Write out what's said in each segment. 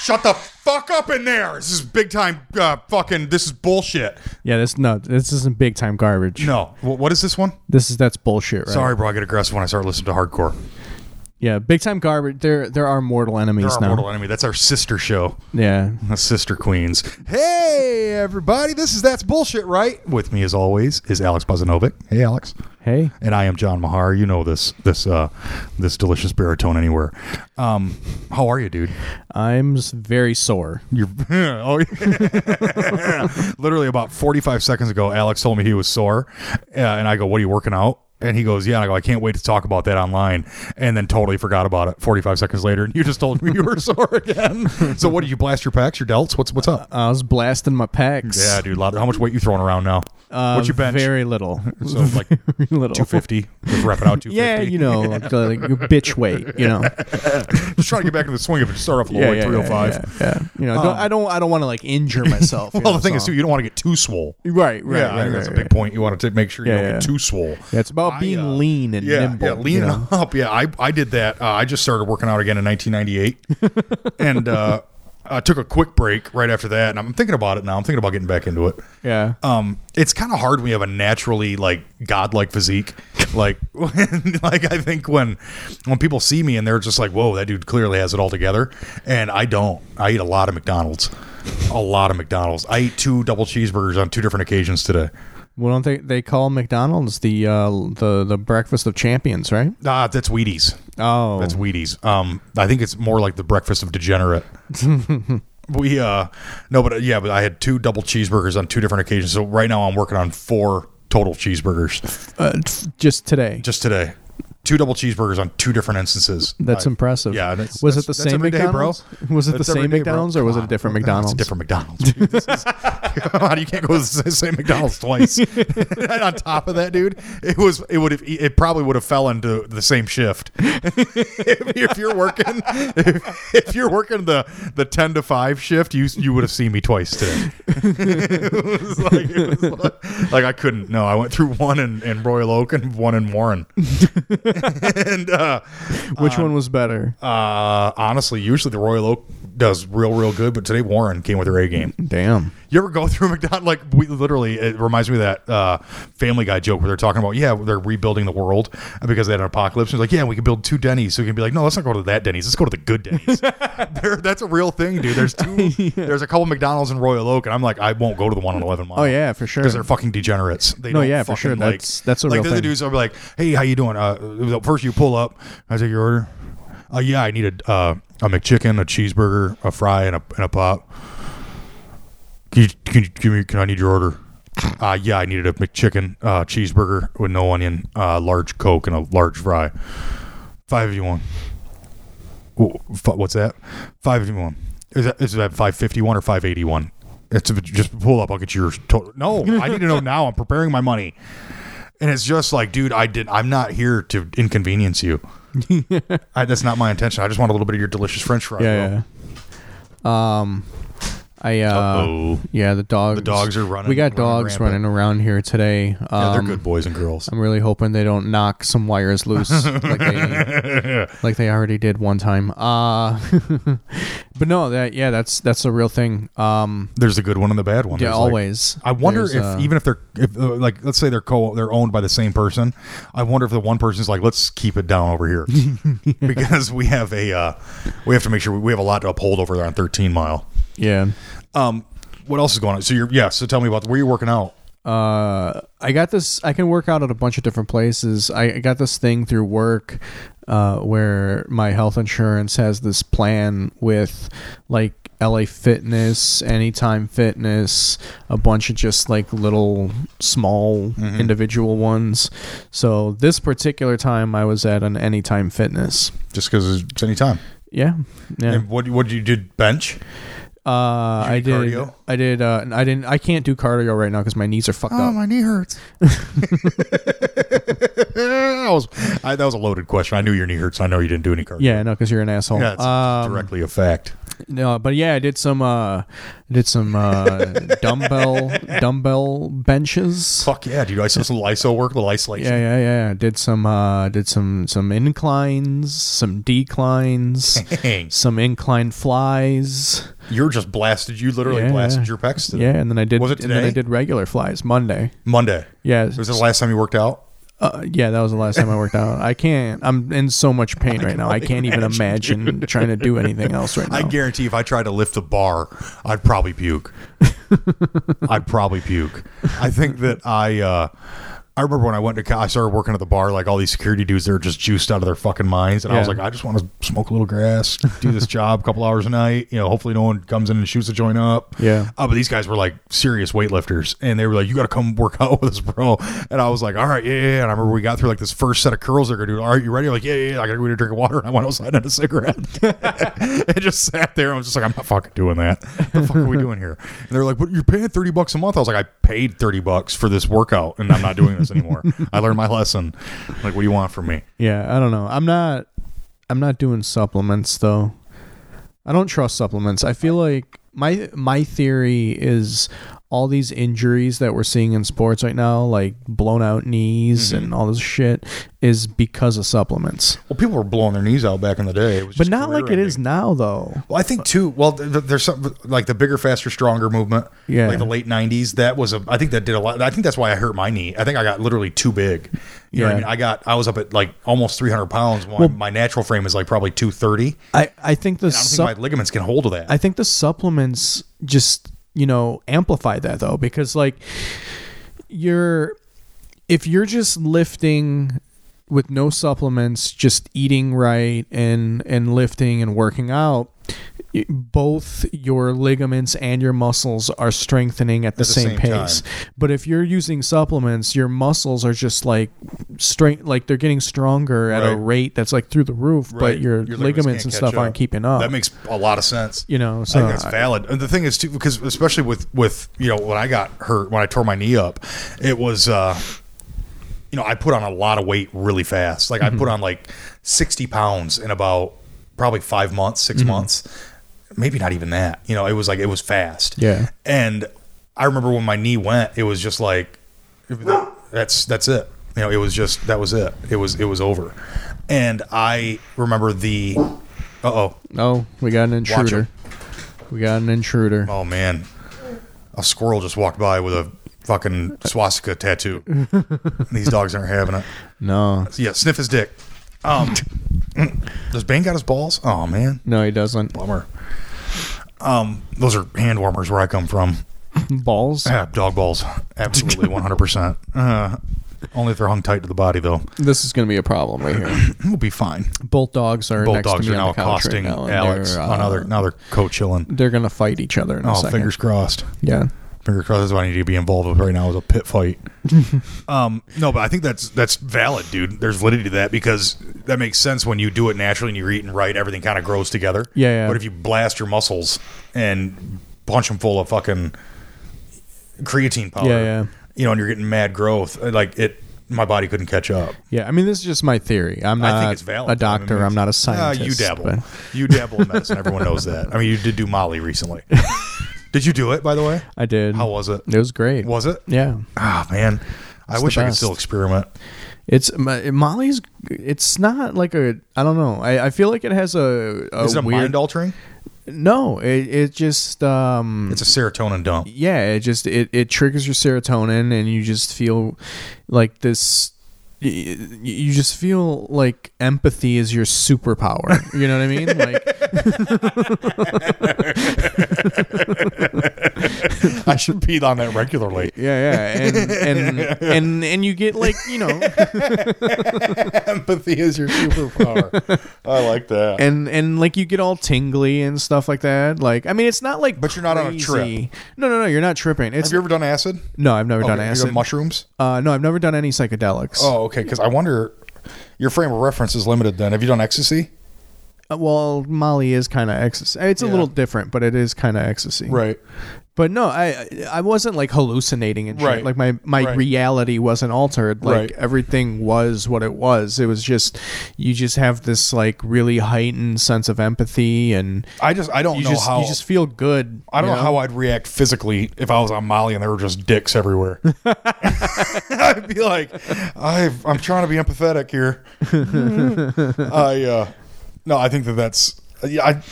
Shut the fuck up in there. This is big time uh, fucking. This is bullshit. Yeah, this no, this isn't big time garbage. No. Wh- what is this one? This is that's bullshit, right? Sorry, bro. I get aggressive when I start listening to hardcore. Yeah, big time garbage. There there are mortal They're enemies our now. mortal enemy. That's our sister show. yeah. The sister queens. Hey, everybody. This is That's Bullshit, right? With me, as always, is Alex Bozanovic. Hey, Alex. Hey. And I am John Mahar. You know this this uh, this delicious baritone anywhere. Um, how are you, dude? I'm s- very sore. You're oh, yeah. literally about 45 seconds ago, Alex told me he was sore, uh, and I go, "What are you working out?" And he goes, "Yeah." And I go, "I can't wait to talk about that online," and then totally forgot about it. 45 seconds later, and you just told me you were sore again. so, what did you blast your pecs, your delts? What's what's up? I was blasting my pecs. Yeah, dude. Lot, how much weight you throwing around now? Uh, What's your bench? Very little. so like 250, Very little. just repping out 250. Yeah, you know, like, uh, like your bitch weight, you know. just trying to get back into the swing of it. Start off low, yeah, like yeah, 305. yeah, yeah, yeah. You know, don't, Um, I don't I don't want to like injure myself. you Well, know, the thing so- is, too, you don't want to get too swole. Right, right, yeah, I right, think that's right, a big right. point. You want to take, make sure you Yeah, don't yeah. get too swole. Yeah, it's about being uh, lean and yeah, nimble. yeah, leaning you know? up. Yeah, I I did that. Uh, I just started working out again in 1998, and uh, I took a quick break right after that. And I'm thinking about it now. I'm thinking about getting back into it. Yeah. Um, it's kind of hard when you have a naturally like godlike physique. Like, like I think when when people see me and they're just like, "Whoa, that dude clearly has it all together," and I don't. I eat a lot of McDonald's, a lot of McDonald's. I eat two double cheeseburgers on two different occasions today. Well, don't they they call McDonald's the uh, the the breakfast of champions, right? Ah, that's Wheaties. Oh, That's Wheaties. Um, I think it's more like the breakfast of degenerate. we uh, no, but uh, yeah, but I had two double cheeseburgers on two different occasions. So right now I'm working on four total cheeseburgers uh, t- just today. just today. Two double cheeseburgers on two different instances. that's I- impressive. yeah, that's- was that's- it the that's same every day, bro. McDonald's? Was it That's the every same day, bro. McDonald's or was it a different McDonald's? It's a different McDonald's. dude. This is- How do you can't go to the same McDonald's twice? and on top of that, dude, it was it would have it probably would have fell into the same shift. if, if you're working if, if you're working the the ten to five shift, you you would have seen me twice today. it was like, it was like, like I couldn't. No, I went through one in, in Royal Oak and one in Warren. and uh, Which one was better? uh, honestly, usually the Royal Oak does real real good, but today Warren came with her A game. Damn. You ever go through McDonald's? Like we literally, it reminds me of that uh, Family Guy joke where they're talking about, yeah, they're rebuilding the world because they had an apocalypse. And it's like, yeah, we can build two Denny's. So we can be like, no, let's not go to that Denny's. Let's go to the good Denny's. there, that's a real thing, dude. There's two. There's a couple McDonald's in Royal Oak, and I'm like, I won't go to the one on 11 mile. Oh yeah, for sure. Because they're fucking degenerates. They No, don't yeah, for fucking, sure. Like, That's- that's a like real the other thing. dudes. I'll be like, "Hey, how you doing?" Uh, first you pull up. I take your order. Uh, yeah, I need a uh, a McChicken, a cheeseburger, a fry, and a and a pop. Can you, can you give me? Can I need your order? Uh, yeah, I needed a McChicken, uh, cheeseburger with no onion, uh, large Coke, and a large fry. Five if you want. Wh- f- What's that? Five if you want. Is that is that five fifty one or five eighty one? It's just pull up. I'll get your total. No, I need to know now. I'm preparing my money, and it's just like, dude, I did. I'm not here to inconvenience you. I, that's not my intention. I just want a little bit of your delicious French fry. yeah, yeah. Um, I uh, Uh-oh. yeah, the dogs. The dogs are running- We got running dogs rampant. running around here today. Um, yeah, they're good boys and girls. I'm really hoping they don't knock some wires loose like they like they already did one time. Uh but no, that yeah, that's that's a real thing. Um There's a good one and the bad one. yeah, There's, like- always. I wonder There's, if uh, even if they're if uh, like let's say they're co they're owned by the same person, I wonder if the one person's like let's keep it down over here because we have a uh, we have to make sure we, we have a lot to uphold over there on 13 mile. yeah. Um, what else is going on? So you're yeah. So tell me about where you're working out. Uh I got this I can work out at a bunch of different places. I, I got this thing through work uh where my health insurance has this plan with like LA Fitness, Anytime Fitness, a bunch of just like little small Mm-hmm. individual ones. So this particular time I was at an Anytime Fitness. Just because it's any time. Yeah. Yeah. And what what you did bench? Uh, I do did. cardio? I did. Uh, I didn't. I can't do cardio right now because Oh, my knees are fucked up. knee hurts. I was, I, that was a loaded question. I knew your knee hurts. I know you didn't do any cardio. yeah, no, because you're an asshole. Yeah, it's Um, directly a fact. No, but yeah, I did some uh I did some uh dumbbell dumbbell benches. Fuck yeah, dude! I saw some ISO work, little isolation. Yeah, yeah, yeah. I Did some uh did some some inclines, some declines, Dang, some incline flies. you're just blasted. You literally Yeah. blasted your pecs today. Yeah, and then I did Was it and then I today? did regular flies Monday. Monday. Yeah. Was this the last time you worked out? Uh, yeah, that was the last time I worked out. I can't. I'm in so much pain right now. I can't even imagine trying to do anything else right now. I guarantee if I tried to lift a bar, I'd probably puke. I'd probably puke. I think that I. Uh, I remember when I went to, co- I started working at the bar, like all these security dudes, they're just juiced out of their fucking minds. And I was Yeah. like, I just want to smoke a little grass, do this job a couple hours a night. You know, hopefully no one comes in and shoots a joint up. Yeah. Uh, but these guys were like serious weightlifters, and they were like, "You got to come work out with us, bro." And I was like, "All right, yeah, yeah." yeah." And I remember we got through like this first set of curls. They're gonna do. All right, you ready? I'm like, yeah, yeah. yeah. I gotta go get a drink of water. And I went outside and had a cigarette. and just sat there. I was just like, "I'm not fucking doing that. What the fuck are we doing here?" And they're like, "But you're paying thirty bucks a month." I was like, "I paid thirty bucks for this workout, and I'm not doing this anymore. I learned my lesson. Like, what do you want from me?" Yeah, I don't know. I'm not I'm not doing supplements though. I don't trust supplements. I feel like my my theory is all these injuries that we're seeing in sports right now, like blown out knees Mm-hmm. and all this shit, is because of supplements. Well, people were blowing their knees out back in the day, It was But just not like it career-ending. is now though. Well, I think too. Well, th- th- there's some like the bigger, faster, stronger movement. Yeah. Like the late '90s, that was a. I think that did a lot. I think that's why I hurt my knee. I think I got literally too big. You know what I Yeah. mean? I got. I was up at like almost 300 pounds. When my natural frame is like probably 230. And I, I think the I don't sup- think my ligaments can hold to that. I think the supplements just, you know, amplify that though because like you're if you're just lifting with no supplements, just eating right and and lifting and working out, y- both your ligaments and your muscles are strengthening at the, the same, same pace. But if you're using supplements, your muscles are just like strength like they're getting stronger at a Right. rate that's like through the roof, Right. but your, Your ligaments ligaments can't and catch stuff up. aren't keeping up. that makes a lot of sense. you know, I so uh, think that's valid. And the thing is too, because especially with with you know when I got hurt when I tore my knee up, it was. uh you know, I put on a lot of weight really fast. Like Mm-hmm. I put on like 60 pounds in about probably five months, 6 Mm-hmm. months, maybe not even that. You know, it was like it was fast. Yeah. And I remember when my knee went, it was just like that's that's it. You know, it was just that was it. It was it was over. And I remember the uh oh Oh, we got an intruder. We got an intruder. oh man, a squirrel just walked by with a fucking swastika tattoo. These dogs aren't having it. No, Yeah, sniff his dick. Um, does Bane got his balls? Oh man, no, he doesn't. bummer. Um, those are hand warmers where I come from. Balls. Ah, dog balls, absolutely one hundred percent. Uh, Only if they're hung tight to the body, though, This is going to be a problem right here. we'll be fine. Both dogs are Both next dogs to are me on now the couch right accosting now. and Alex. They're, uh, Another now they're co chilling. They're going to fight each other in a Oh, second. fingers crossed. Yeah. Finger crossed. That's what I need to be involved with right now is a pit fight. um, no, but I think that's that's valid, dude. There's validity to that because that makes sense when you do it naturally and you're eating right. Everything kind of grows together. Yeah, yeah. But if you blast your muscles and punch them full of fucking creatine powder, Yeah, yeah. you know, and you're getting mad growth, uh, like it, my body couldn't catch up. Yeah. I mean, this is just my theory. I'm not I think it's valid. a doctor. I mean, I'm not a Ah, scientist. you dabble. but- You dabble in medicine. Everyone knows that. I mean, you did do Molly recently. did you do it, by the way? I did. How was Um, it? It was great. Was it? Yeah. Ah, man. I wish the I could best. still experiment. It's Mo- Molly's. It's not like a. I don't know. I, I feel like it has a. a Is it a weird, mind altering? No. It, it just. Um, It's a serotonin dump. yeah it just it, it triggers your serotonin and you just feel like this y- y- you just feel like empathy is your superpower you know what i mean like I should pee on that regularly. yeah yeah and and and, and you get like you know Empathy is your superpower. I like that. and and like you get all tingly and stuff like that like i mean it's not like But you're not on a trip. crazy. no no no you're not tripping it's Have you ever done acid? no i've never Okay, done you acid mushrooms? uh no i've never done any psychedelics Oh, okay. Because I wonder, your frame of reference is limited then. Have you done ecstasy? Uh, well molly is kind of ecstasy it's a Yeah. little different but it is kind of ecstasy Right. But no, I I wasn't like hallucinating and shit. Right. Like my my Right. reality wasn't altered. Like Right. everything was what it was. It was just you just have this like really heightened sense of empathy and I just I don't you know just how you just feel good. I don't you know how I'd react physically if I was on Molly and there were just dicks everywhere. I'd be like, I've, I'm trying to be empathetic here. I uh, no, I think that that's yeah. I,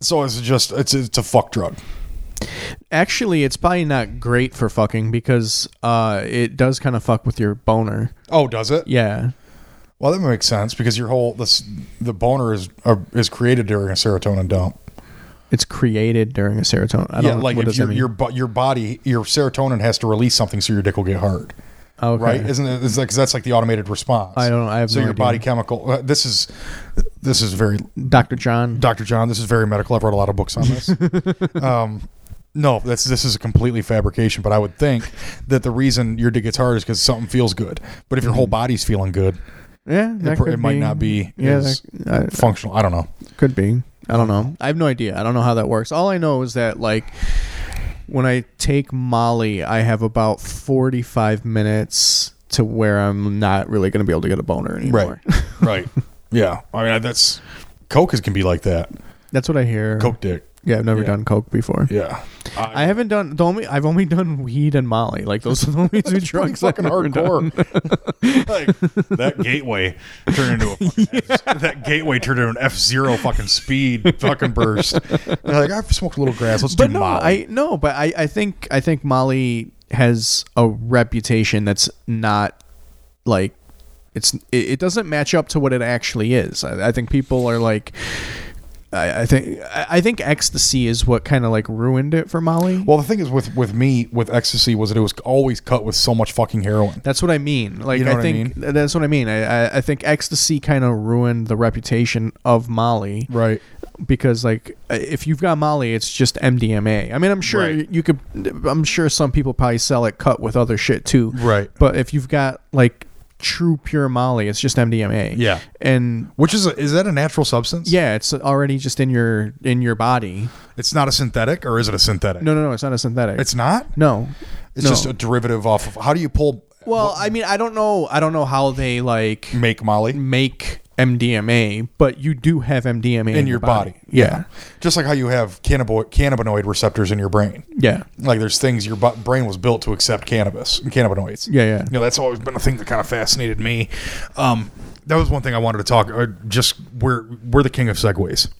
so it's just it's it's a fuck drug. Actually, it's probably not great for fucking because uh it does kind of fuck with your boner. Oh, does it? Yeah. Well, that makes sense because your whole this the boner is uh, is created during a serotonin dump. It's created during a serotonin. I don't Yeah, know, like what if does that your mean? your bo- your body your serotonin has to release something so your dick will get hard. Oh, okay. right? Isn't it? It's like 'cause that's like the automated response. I don't- I have so no your idea. body chemical. uh, this is this is very Dr. John. Dr. John. This is very medical. I've read a lot of books on this. um, no, that's this is a completely fabrication. But I would think that the reason your dick gets hard is because something feels good. But if your Mm-hmm. whole body's feeling good, yeah, that it, pr- could it might not be Yeah, as that- I- functional. I don't know. Could be. I don't know. I have no idea. I don't know how that works. All I know is that like when I take Molly, I have about 45 minutes to where I'm not really going to be able to get a boner anymore. right. Yeah. I mean, I- that's coke is can be like that. That's what I hear. Coke dick. Yeah, I've never Yeah. done coke before. Yeah. I haven't done the only I've only done weed and Molly. Like those are the only two drugs I've fucking never done. hardcore. like that gateway turned into a fucking F, that gateway turned into an F zero fucking speed fucking burst. You're like I've smoked a little grass. Let's But do no, Molly. I no, but I, I think I think Molly has a reputation that's not like it's it, it doesn't match up to what it actually is. I, I think people are like I, I think I I think ecstasy is what kind of like ruined it for Molly. well, the thing is with with me with ecstasy was that it was always cut with so much fucking heroin. that's what I mean. Like You know I what I think that's what I mean. I, I, I think ecstasy kind of ruined the reputation of Molly. Right. because like uh, if you've got Molly, it's just MDMA. I mean, I'm sure Right. you could. I'm sure some people probably sell it cut with other shit too. Right. But if you've got like true pure Molly, it's just MDMA. Yeah. And Which is a, is that a natural substance? yeah, it's already just in your in your body. It's not a synthetic, or is it a synthetic? No, no, no. It's not a synthetic. It's not. no. It's No. just a derivative off of. How do you pull? well, I mean, I don't know. I don't know how they like make Molly. make MDMA, but you do have MDMA in, in your body. Yeah. Just like how you have cannabo- cannabinoid receptors in your brain. Yeah. Like there's things your bu- brain was built to accept cannabis and cannabinoids. Yeah. Yeah. You know, that's always been a thing that kind of fascinated me. Um, that was one thing I wanted to talk. Uh, just we're we're the king of segues,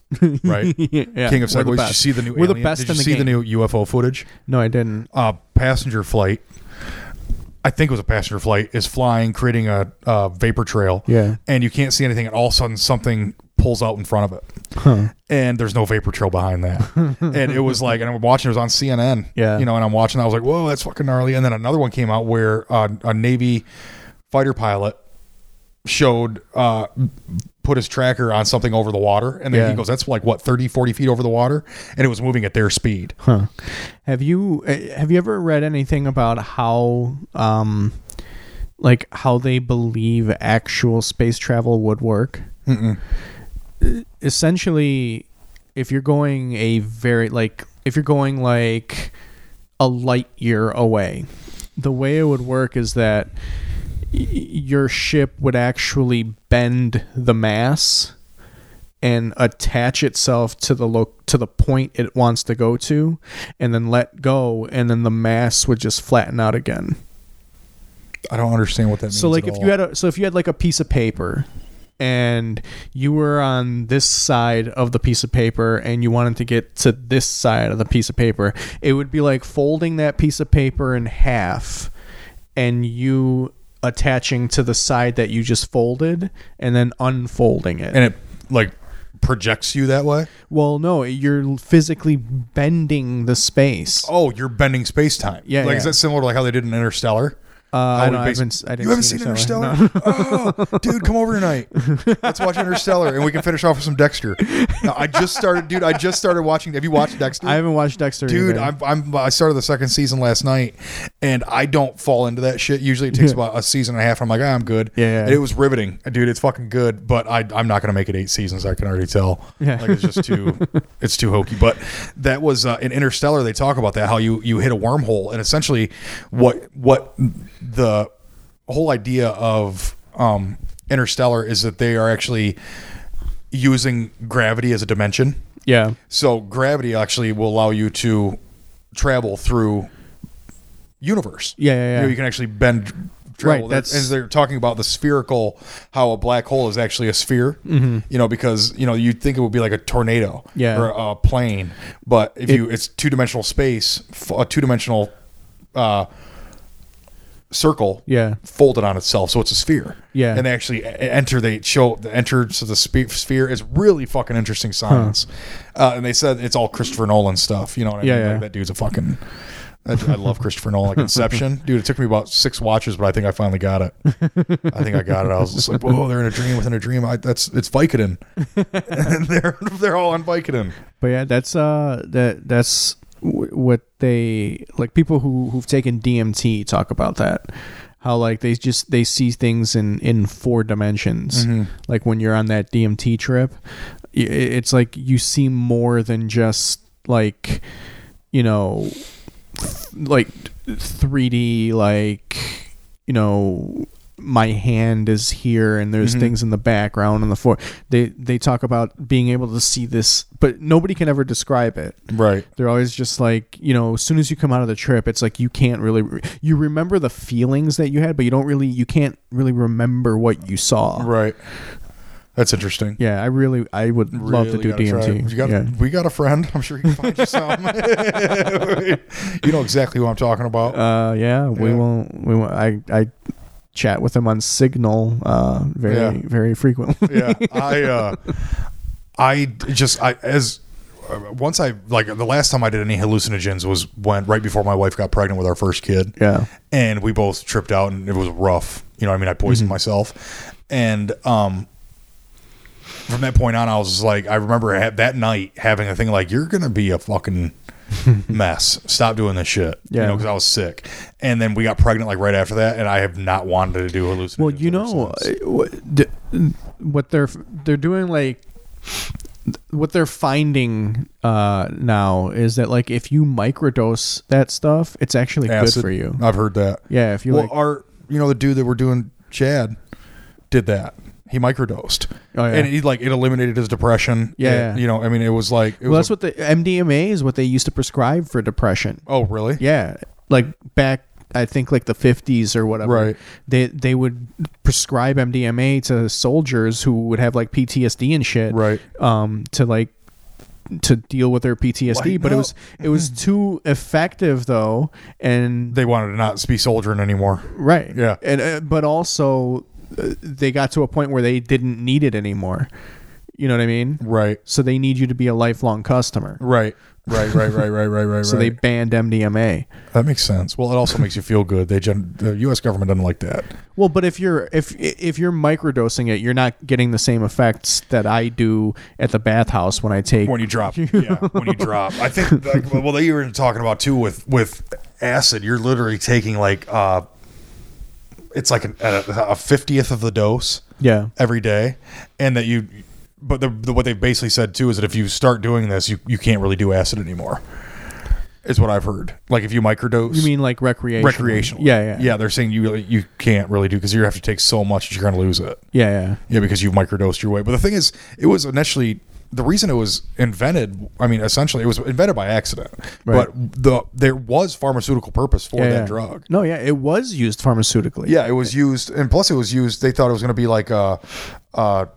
right? Yeah, King of we're segues. the Did you best. see the new? We're the alien- best Did you in the see the game. new UFO footage? No, I didn't. uh, passenger flight. I think it was a passenger flight is flying, creating a uh, vapor trail. Yeah. and you can't see anything, and all of a sudden something pulls out in front of it, and there's no vapor trail behind that. and it was like, and I'm watching. It was on CNN. Yeah. you know, and I'm watching. I was like, whoa, that's fucking gnarly. And then another one came out where uh, a Navy fighter pilot showed uh put his tracker on something over the water and then Yeah. he goes that's like what 30 40 feet over the water and it was moving at their speed Huh. Have you uh, have you ever read anything about how um like how they believe actual space travel would work? Uh, Essentially, if you're going a very like if you're going like a light year away, the way it would work is that y- your ship would actually bend the mass and attach itself to the lo- to the point it wants to go to and then let go and then the mass would just flatten out again i don't understand what that means so like at if all. you had a so if you had like a piece of paper and you were on this side of the piece of paper and you wanted to get to this side of the piece of paper it would be like folding that piece of paper in half and you attaching to the side that you just folded and then unfolding it and it like projects you that way. Well, no, you're physically bending the space. Oh, you're bending space time. Yeah, like is yeah. that similar to like how they did in Interstellar? Uh, I we don't, I've basi- been, s- I didn't you haven't see seen Interstellar? Oh, dude, come over tonight. Let's watch Interstellar, and we can finish off with some Dexter. No, I just started, dude. I just started watching. Have you watched Dexter? No. I haven't watched Dexter. dude, either. I'm, I'm I started the second season last night, and I don't fall into that shit. Usually, it takes Yeah. about a season and a half. I'm like, ah, I'm good. Yeah, yeah. And it was riveting, dude. It's fucking good, but I I'm not gonna make it eight seasons. I can already tell. Yeah. like it's just too it's too hokey. But that was uh, in Interstellar. They talk about that how you you hit a wormhole, and essentially what what the whole idea of um, Interstellar is that they are actually using gravity as a dimension. yeah. So gravity actually will allow you to travel through universe. Yeah, yeah, yeah. You, know, you can actually bend Right, travel. that's- as they're talking about the spherical how a black hole is actually a sphere. Mm-hmm. You know, because you know you'd think it would be like a tornado Yeah. or a plane, but if you it's two dimensional space, f- a two dimensional uh, circle Yeah. folded on itself, so it's a sphere. Yeah. and they actually e- enter. They show the enter to the spe- sphere is really fucking interesting science. Uh, and they said it's all Christopher Nolan stuff. You know what I Yeah, mean? Like, yeah. that dude's a fucking. I, I love Christopher Nolan. Like Inception, dude. It took me about six watches, but I think I finally got it. I think I got it. I was just like, "Whoa, they're in a dream within a dream." I, that's it's Vicodin, and they're they're all on Vicodin. But yeah, that's uh that that's w- what they like people who who've taken DMT talk about that. How like they just they see things in in four dimensions. Mm-hmm. Like when you're on that DMT trip, i- i- it's like you see more than just like you know th- like 3D like you know my hand is here and there's Mhm. things in the background and the floor they they talk about being able to see this but nobody can ever describe it Right. they're always just like you know as soon as you come out of the trip it's like you can't really re- you remember the feelings that you had but you don't really you can't really remember what you saw Right. That's interesting. yeah i really i would love to Really do gotta try dmt it. You got- yeah. We got a friend. I'm sure you can find you some. you know exactly who I'm talking about. Uh, yeah, we Yeah. won't. We won't. I I chat with him on Signal. Uh, very Yeah. very frequently. yeah, I, uh, I d- just I as uh, once I like the last time I did any hallucinogens was when right before my wife got pregnant with our first kid. yeah. and we both tripped out and it was rough you know what i mean i poisoned Mm-hmm. myself and um from that point on i was just like i remember ha- that night having a thing like you're gonna be a fucking mess stop doing this shit you Yeah. know because i was sick and then we got pregnant like right after that and i have not wanted to do hallucinations Well, you ever know since. uh, what d- what they're they're doing like what they're finding uh now is that like if you microdose that stuff, it's actually Acid. good for you. i've heard that Yeah, if you well uh, like, our you know the dude that we're doing chad did that he microdosed Oh, yeah. and he like it eliminated his depression Yeah. It- you know i mean it was like it well, was that's what the MDMA is what they used to prescribe for depression. a- oh really Yeah, like back I think like the 50s or whatever. Right. They they would prescribe MDMA to soldiers who would have like PTSD and shit. Right. Um to like to deal with their PTSD, Like, but it no. was it was too effective though and they wanted to not be soldiering anymore. right. Yeah. And uh, but also uh, they got to a point where they didn't need it anymore. You know what I mean? Right. So they need you to be a lifelong customer. Right. Right. Right. Right. Right. Right. Right. So they banned MDMA. that makes sense. Well, it also makes you feel good. They gen- the U.S. government doesn't like that. Well, but if you're if if you're microdosing it, you're not getting the same effects that I do at the bathhouse when I take. When you drop, yeah. When you drop, I think. Like, well, they were talking about too with with acid. You're literally taking like uh, it's like an, a a fiftieth of the dose yeah, every day, and that you. But the, the, what they basically said too is that if you start doing this, you, you can't really do acid anymore. Is what I've heard. Like if you microdose, you mean like recreational? recreational. Yeah, yeah, yeah. They're saying you really, you can't really do because you have to take so much that you're going to lose it. yeah, yeah. Yeah, because you've microdosed your way. But the thing is, it was initially the reason it was invented. I mean, essentially, it was invented by accident. Right. But the there was pharmaceutical purpose for yeah, that yeah. drug. No, yeah, it was used pharmaceutically. Yeah, it was used, and plus it was used. They thought it was going to be like a, a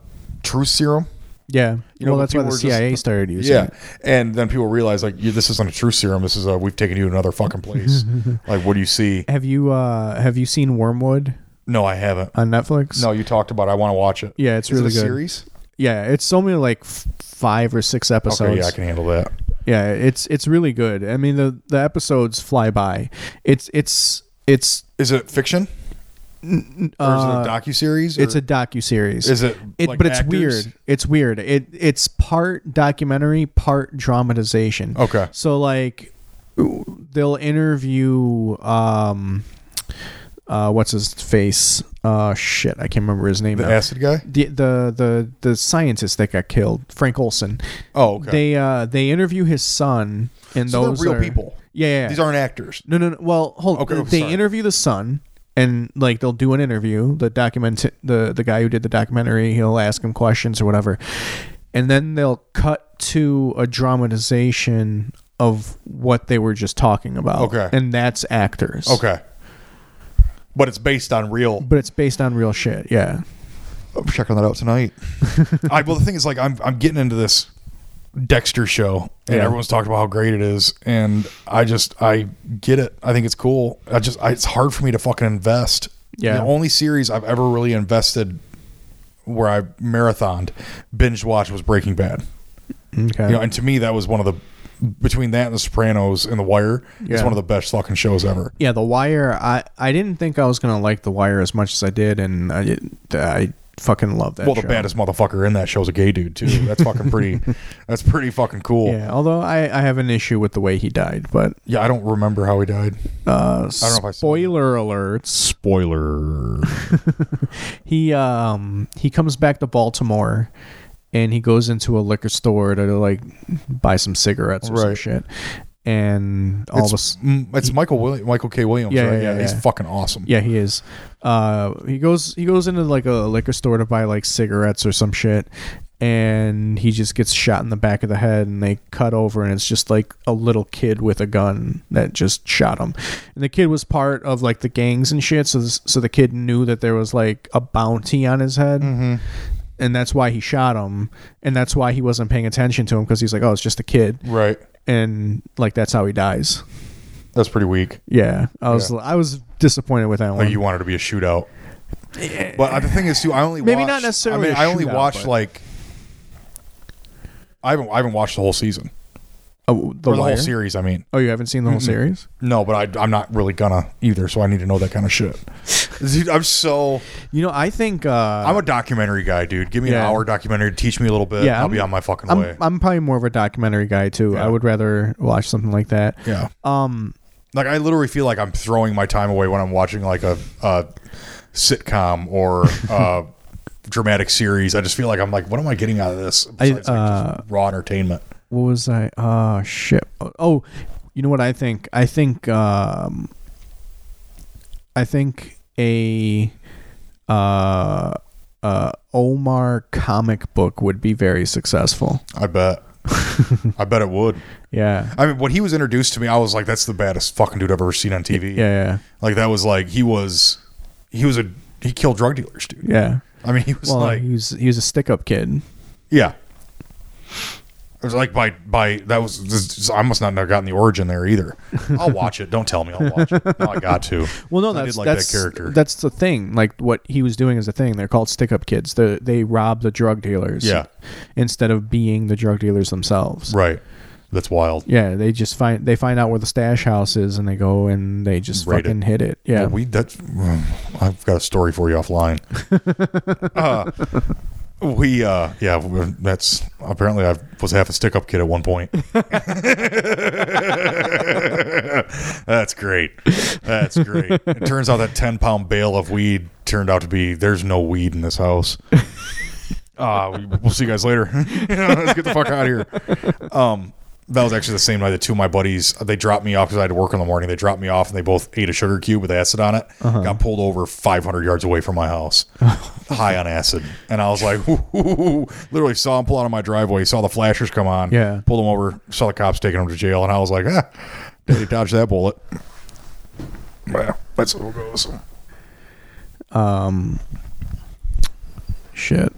truth serum. yeah. know, well, that's why people the were just- CIA started using. Yeah, it. and then people realize like you, this isn't a truth serum. This is a we've taken you to another fucking place. like, what do you see? Have you uh have you seen Wormwood No, I haven't. on Netflix? No, you talked about. It. I want to watch it. Yeah, it's Is it really a good. Series. Yeah, it's only like f- five or six episodes. yeah, I can handle that. Yeah, it's it's really good. I mean the the episodes fly by. It's it's it's Is it fiction? Or is it uh, a docu series? it's a docu series. Is it? It, like but it's actors? weird. It's weird. It it's part documentary, part dramatization. Okay. So like they'll interview um uh what's his face? Uh shit, I can't remember his name The now. acid guy. the, the the the scientist that got killed, Frank Olson. Oh, okay. They uh they interview his son and So they're those real are- people. Yeah, yeah, yeah. These aren't actors. No, no, no. Well, hold. Okay, Okay, oh, they sorry. interview the son, and like they'll do an interview. The document, the the guy who did the documentary, he'll ask him questions or whatever, and then they'll cut to a dramatization of what they were just talking about. Okay. and that's actors. Okay. But it's based on real. but it's based on real shit. Yeah. I'm checking Oh, that out tonight. I, well, the thing is, like, I'm I'm getting into this Dexter show, and Yeah. everyone's talking about how great it is, and I just I get it. I think it's cool. I just I, it's hard for me to fucking invest. Yeah. the only series I've ever really invested where I marathoned, binge watched was Breaking Bad. Okay. You know, and to me that was one of the between that and The Sopranos and The Wire, it's Yeah. one of the best fucking shows ever. yeah, The Wire. I I didn't think I was gonna like The Wire as much as I did, and I I fucking love that. well, the show. baddest motherfucker in that show's a gay dude too. That's fucking pretty. that's pretty fucking cool. Yeah, although I, I have an issue with the way he died, but Yeah, I don't remember how he died. Uh, I don't know if I saw spoiler alerts. Spoiler. He um he comes back to Baltimore, and he goes into a liquor store to like buy some cigarettes or some Right. shit, and all of a s- it's mm, it's Michael William, Michael K. Williams. Yeah, right? yeah, yeah, he's yeah. fucking awesome. yeah he is. Uh, he goes he goes into like a liquor store to buy like cigarettes or some shit. And he just gets shot in the back of the head, and they cut over, and it's just like a little kid with a gun that just shot him. And the kid was part of like the gangs and shit, so this, so the kid knew that there was like a bounty on his head, Mhm. and that's why he shot him and that's why he wasn't paying attention to him because he's like oh it's just a kid Right. and like that's how he dies That's pretty weak. yeah i was i was disappointed with that Like one you wanted to be a shootout. But uh, the thing is, too, I only Maybe watched, not I necessarily mean, a I only shootout, watched but- like I haven't I haven't watched the whole season oh, the, or the Wire? whole series. I mean, oh you haven't seen the whole series no, but I, I'm not really gonna either. So I need to know that kind of shit. Dude, I'm so you know i think uh I'm a documentary guy, dude. Give me an Yeah. hour documentary to teach me a little bit. Yeah, I'll I'm- be on my fucking way. I'm, I'm probably more of a documentary guy too Yeah. i would rather watch something like that yeah. um Like I literally feel like I'm throwing my time away when I'm watching like a, a sitcom or a dramatic series. I just feel like I'm like, what am I getting out of this? Besides, like, uh, just raw entertainment. what was i oh shit oh you know what i think i think um i think a uh uh omar comic book would be very successful I bet. I bet it would. yeah I mean, when he was introduced to me, I was like, that's the baddest fucking dude I've ever seen on TV. yeah Like that was like he was, he was a he killed drug dealers, dude. yeah I mean, he was well like, he was he was a stick-up kid yeah. It was like by by that was this, I must not have gotten the origin there either. I'll watch it. Don't tell me I'll watch it. No, I got to. well no I did that's like that that's character. that's the thing like what he was doing is the thing they're called stick-up kids they they rob the drug dealers Yeah. instead of being the drug dealers themselves Right. That's wild. Yeah, they just find they find out where the stash house is, and they go and they just Raid it. fucking hit it. Yeah, Well, we that's I've got a story for you offline. uh, we uh yeah, we- that's apparently I was half a stick up kid at one point. that's great. That's great. It turns out that ten pound bale of weed turned out to be there's no weed in this house. Uh, we, we'll see you guys later. Let's get the fuck out of here. Um, that was actually the same night that two of my buddies they dropped me off because I had to work in the morning. They dropped me off and they both ate a sugar cube with acid on it. Uh-huh. Got pulled over 500 yards away from my house, high on acid, and I was like, Ooh, literally saw him pull out of my driveway, saw the flashers come on, Yeah. pulled him over, saw the cops taking him to jail, and I was like, ah, daddy dodged that bullet. Well, that's how it goes. um, shit.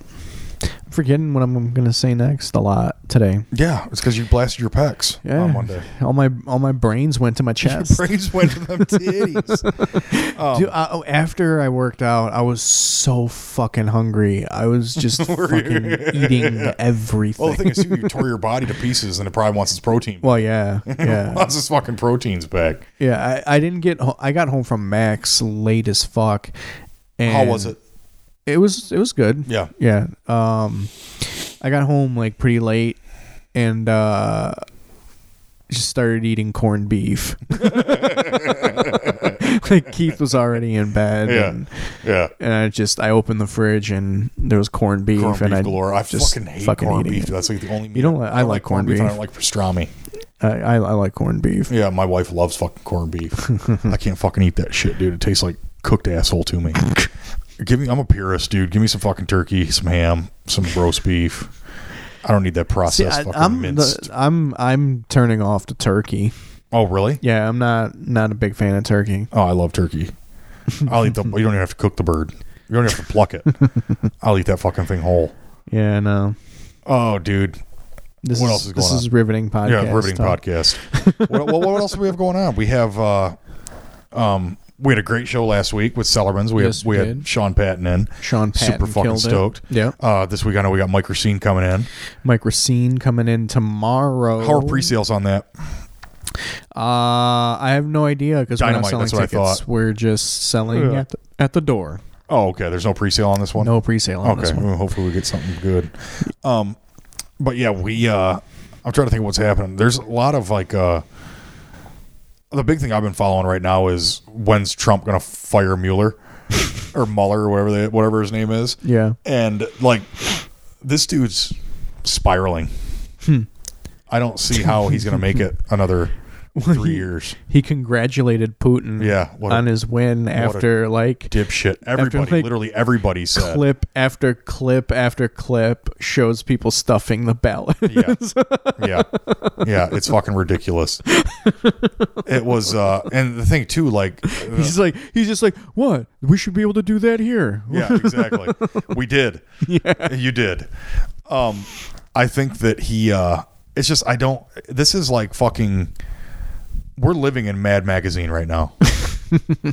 I'm forgetting what I'm gonna say next a lot. today. Yeah, it's because you blasted your pecs Yeah. on Monday. All my all my brains went to my chest. Your brains went to them titties. Um, Dude, I, oh, after I worked out, I was so fucking hungry. I was just Were you? fucking eating everything. well, Well, the thing is, too, you tore your body to pieces, and it probably wants its protein. yeah, yeah, wants its fucking proteins back. yeah. I, I didn't get. Ho- I got home from Max late as fuck. And How was it? It was. It was good. Yeah. Yeah. Um, I got home like pretty late, and uh, just started eating corned beef. like Keith was already in bed. Yeah. And, Yeah. and I just I opened the fridge and there was corned beef Corned and beef I galore. I just fucking hate fucking corned eating beef. it. dude. That's like the only. Meat. don't like- I don't like corned and I beef. don't like pastrami. I, I, I like corned beef. Yeah, my wife loves fucking corned beef. I can't fucking eat that shit, dude. It tastes like cooked asshole to me. Give me, I'm a purist, dude. Give me some fucking turkey, some ham, some roast beef. I don't need that See, processed I, fucking I'm minced. the, I'm I'm turning off to turkey. oh, really? Yeah, I'm not not a big fan of turkey. Oh, I love turkey. I'll eat the. You don't even have to cook the bird. You don't even have to pluck it. I'll eat that fucking thing whole. Yeah, no. Oh, dude. This What is else is this going on? is riveting podcast. yeah, riveting talk. podcast. what, what, what else do we have going on? We have, uh, um, we had a great show last week with Sellerman's. We Yes, had we we had did. Sean Patton in. Sean Patton super fucking killed it. stoked. Yeah, Uh, this week I know we got Mike Racine coming in. Mike Racine coming in tomorrow. How are pre-sales on that? Uh, I have no idea because we're not Dynamite, selling that's what I tickets. thought. We're just selling Yeah. at, the, at the door. Oh, okay. There's no pre-sale on this one. No pre-sale on okay. this one. Well, hopefully we get something good. Um, but yeah, we. Uh, I'm trying to think of what's happening. There's a lot of like. Uh, the big thing I've been following right now is when's Trump going to fire Mueller or Mueller or whatever they, whatever his name is. Yeah. and like this dude's spiraling. Hmm. I don't see how he's going to make it another three years. he congratulated Putin Yeah, what a- on his win after like Dipshit. Everybody, like, literally everybody said. clip after clip after clip shows people stuffing the ballot. Yeah, yeah, yeah. It's fucking ridiculous. It was, uh and the thing too, like, uh, he's like he's just like, "What? We should be able to do that here." yeah, exactly. We did. Yeah, you did. Um, I think that he. uh It's just I don't. This is like fucking. We're living in Mad Magazine right now. you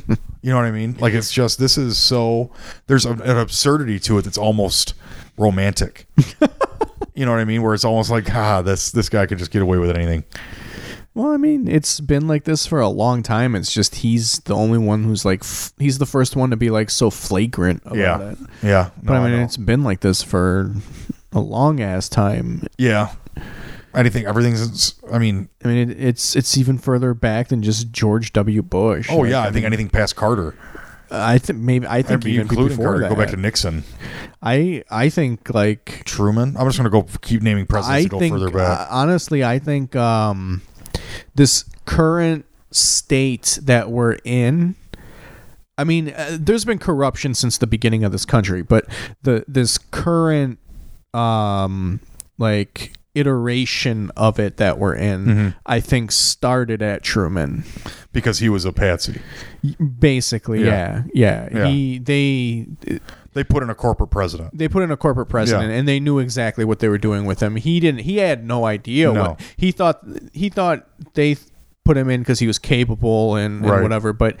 know what I mean? Like it's just this is so. There's a, an absurdity to it that's almost romantic. you know what I mean? Where it's almost like, ah, this this guy could just get away with anything. Well, I mean, it's been like this for a long time. It's just he's the only one who's like f- he's the first one to be like so flagrant about Yeah, it. yeah. No, But I mean, know. it's been like this for a long ass time. yeah. Anything, everything's. I mean, I mean, it, it's it's even further back than just George W. Bush. oh Like, yeah. I think anything past Carter. I think maybe I think Maybe even including before Carter, that. go back to Nixon, I I think like Truman. I'm just going to go keep naming presidents I to go think further back. uh, honestly I think um this current state that we're in I mean uh, there's been corruption since the beginning of this country but the this current um like iteration of it that we're in Mm-hmm. I think started at Truman because he was a patsy. basically Yeah. yeah yeah, Yeah. he they They put in a corporate president. they put in a corporate president Yeah. and they knew exactly what they were doing with him. He didn't he had no idea No. what he thought he thought they th- put him in cuz he was capable and, and Right. whatever but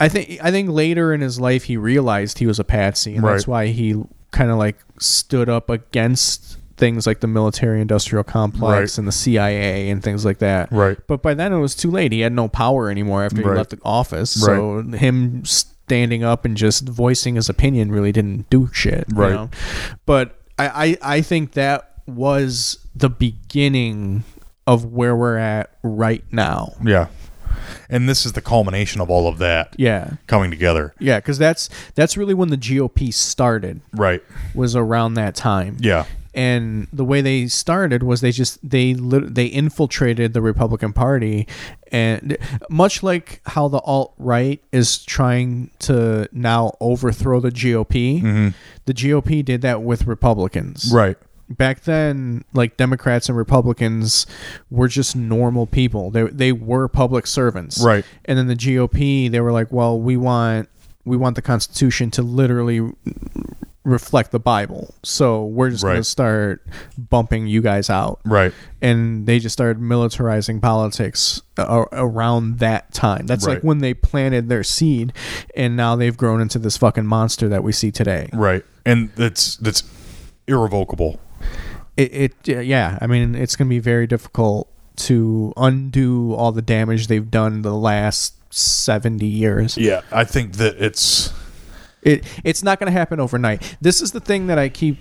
I think I think later in his life he realized he was a patsy and that's Right. why he kind of like stood up against things like the military industrial complex Right. and the CIA and things like that. Right. But by then it was too late. He had no power anymore after Right. he left the office. So him standing up and just voicing his opinion really didn't do shit. you Right. know? But I, I I think that was the beginning of where we're at right now. Yeah. And this is the culmination of all of that Yeah. coming together. Yeah, because that's that's really when the GOP started Right. was around that time. Yeah. and the way they started was they just they lit- they infiltrated the Republican Party, and much like how the alt right is trying to now overthrow the GOP, the GOP did that with Republicans. Right. Back then, like Democrats and Republicans were just normal people. They they were public servants. Right. And then the GOP, they were like, well, we want we want the Constitution to literally reflect the Bible. So we're just going Right. to start bumping you guys out. Right. And they just started militarizing politics a- around that time. That's like Right. when they planted their seed, and now they've grown into this fucking monster that we see today. Right. And that's that's irrevocable. It, it yeah. I mean, it's going to be very difficult to undo all the damage they've done the last seventy years. Yeah. I think that it's It it's not going to happen overnight. This is the thing that I keep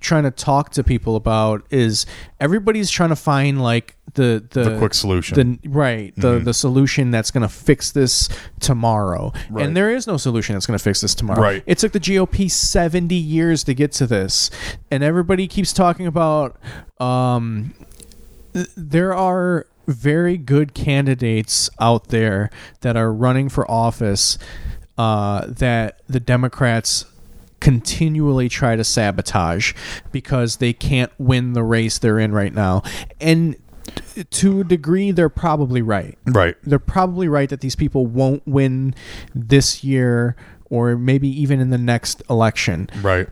trying to talk to people about is everybody's trying to find like the the, the quick solution. Mm-hmm. the right the the solution that's going to fix this tomorrow. Right. And there is no solution that's going to fix this tomorrow. Right. It took the GOP 70 years to get to this. And everybody keeps talking about um th- there are very good candidates out there that are running for office uh, that the Democrats continually try to sabotage because they can't win the race they're in right now. And t- to a degree, they're probably right right. they're probably right that these people won't win this year or maybe even in the next election Right.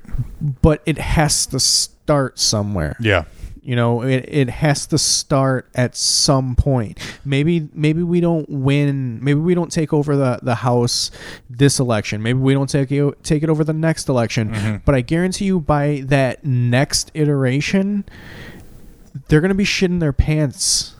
but it has to start somewhere Yeah. you know it, it has to start at some point maybe maybe we don't win maybe we don't take over the, the house this election maybe we don't take it, take it over the next election Mm-hmm. but i guarantee you by that next iteration they're going to be shitting their pants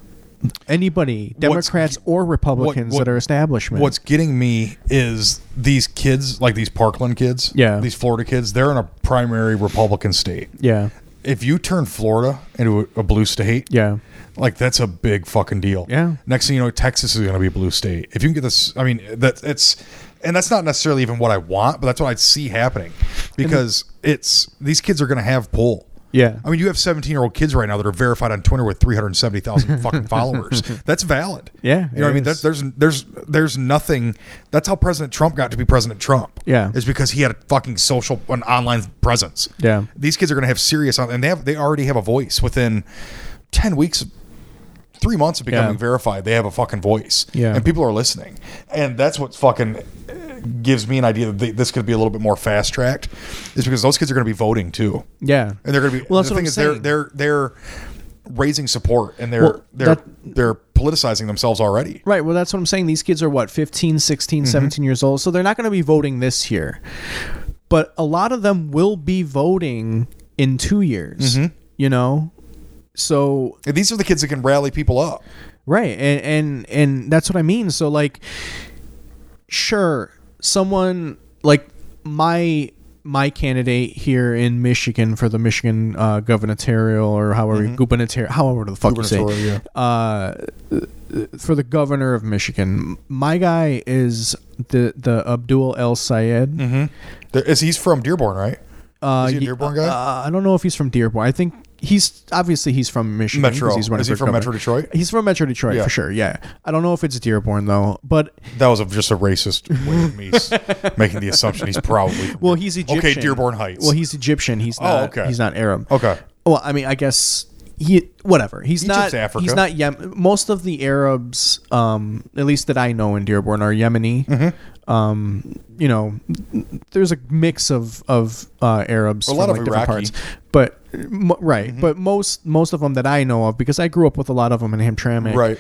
anybody What's- democrats or republicans what- that are establishment What's getting me is these kids, like these Parkland kids, Yeah. these Florida kids, they're in a primary Republican state. yeah If you turn Florida into a, a blue state, yeah Like that's a big fucking deal. Yeah. Next thing you know, Texas is going to be a blue state. If you can get this, I mean, that it's, and that's not necessarily even what I want, but that's what I see happening, because it's these kids are going to have pull. yeah I mean, you have 17 year old kids right now that are verified on Twitter with 370,000 fucking followers. That's valid. Yeah, You know what it I mean? is. That's, there's, there's, there's nothing. That's how President Trump got to be President Trump. Yeah. Is because he had a fucking social, an online presence. Yeah. These kids are going to have serious, on- and they have, they already have a voice within 10 weeks, three months of becoming Yeah. verified. They have a fucking voice. Yeah. And people are listening. And that's what fucking uh, gives me an idea that they, this could be a little bit more fast tracked is because those kids are going to be voting too yeah and they're going to be. Well, Well, that's the what thing I'm is, they're saying. they're they're raising support, and they're Well, they're that- they're politicizing themselves already. Right. Well, that's what I'm saying. These kids are what, 15, 16, Mm-hmm. 17 years old. So they're not going to be voting this year. But a lot of them will be voting in two years, Mm-hmm. you know? So, And these are the kids that can rally people up. right. And, and, and that's what I mean. So, like, sure, someone like my. My candidate here in Michigan for the Michigan uh, gubernatorial or however gubernatorial, however the fuck you say, Mm-hmm. Gubernatorial, yeah. for the governor of Michigan. My guy is the the Abdul El Sayed. Mm-hmm. Hmm? There- is- he's from Dearborn, right? Uh, Is he a ye- Dearborn guy? Uh, I don't know if he's from Dearborn. I think he's obviously he's from Michigan. 'cause Metro. He's running Is he for from Metro governor. Detroit? He's from Metro Detroit Yeah. for sure. Yeah. I don't know if it's Dearborn though, but That was a, just a racist way of me s- making the assumption he's probably. well, he's Egyptian. Okay, Dearborn Heights. Oh, Well, he's Egyptian. He's not. okay. He's not Arab. Okay. Well, I mean, I guess he whatever. He's Egypt's not Africa. He's not Yemen. Most of the Arabs, um, at least that I know in Dearborn, are Yemeni. Mm-hmm. Um, you know, there's a mix of of uh, Arabs A lot from of like different Iraqi. Mm-hmm. parts, but mo right, but most most of them that I know of, because I grew up with a lot of them in Hamtramck, Right.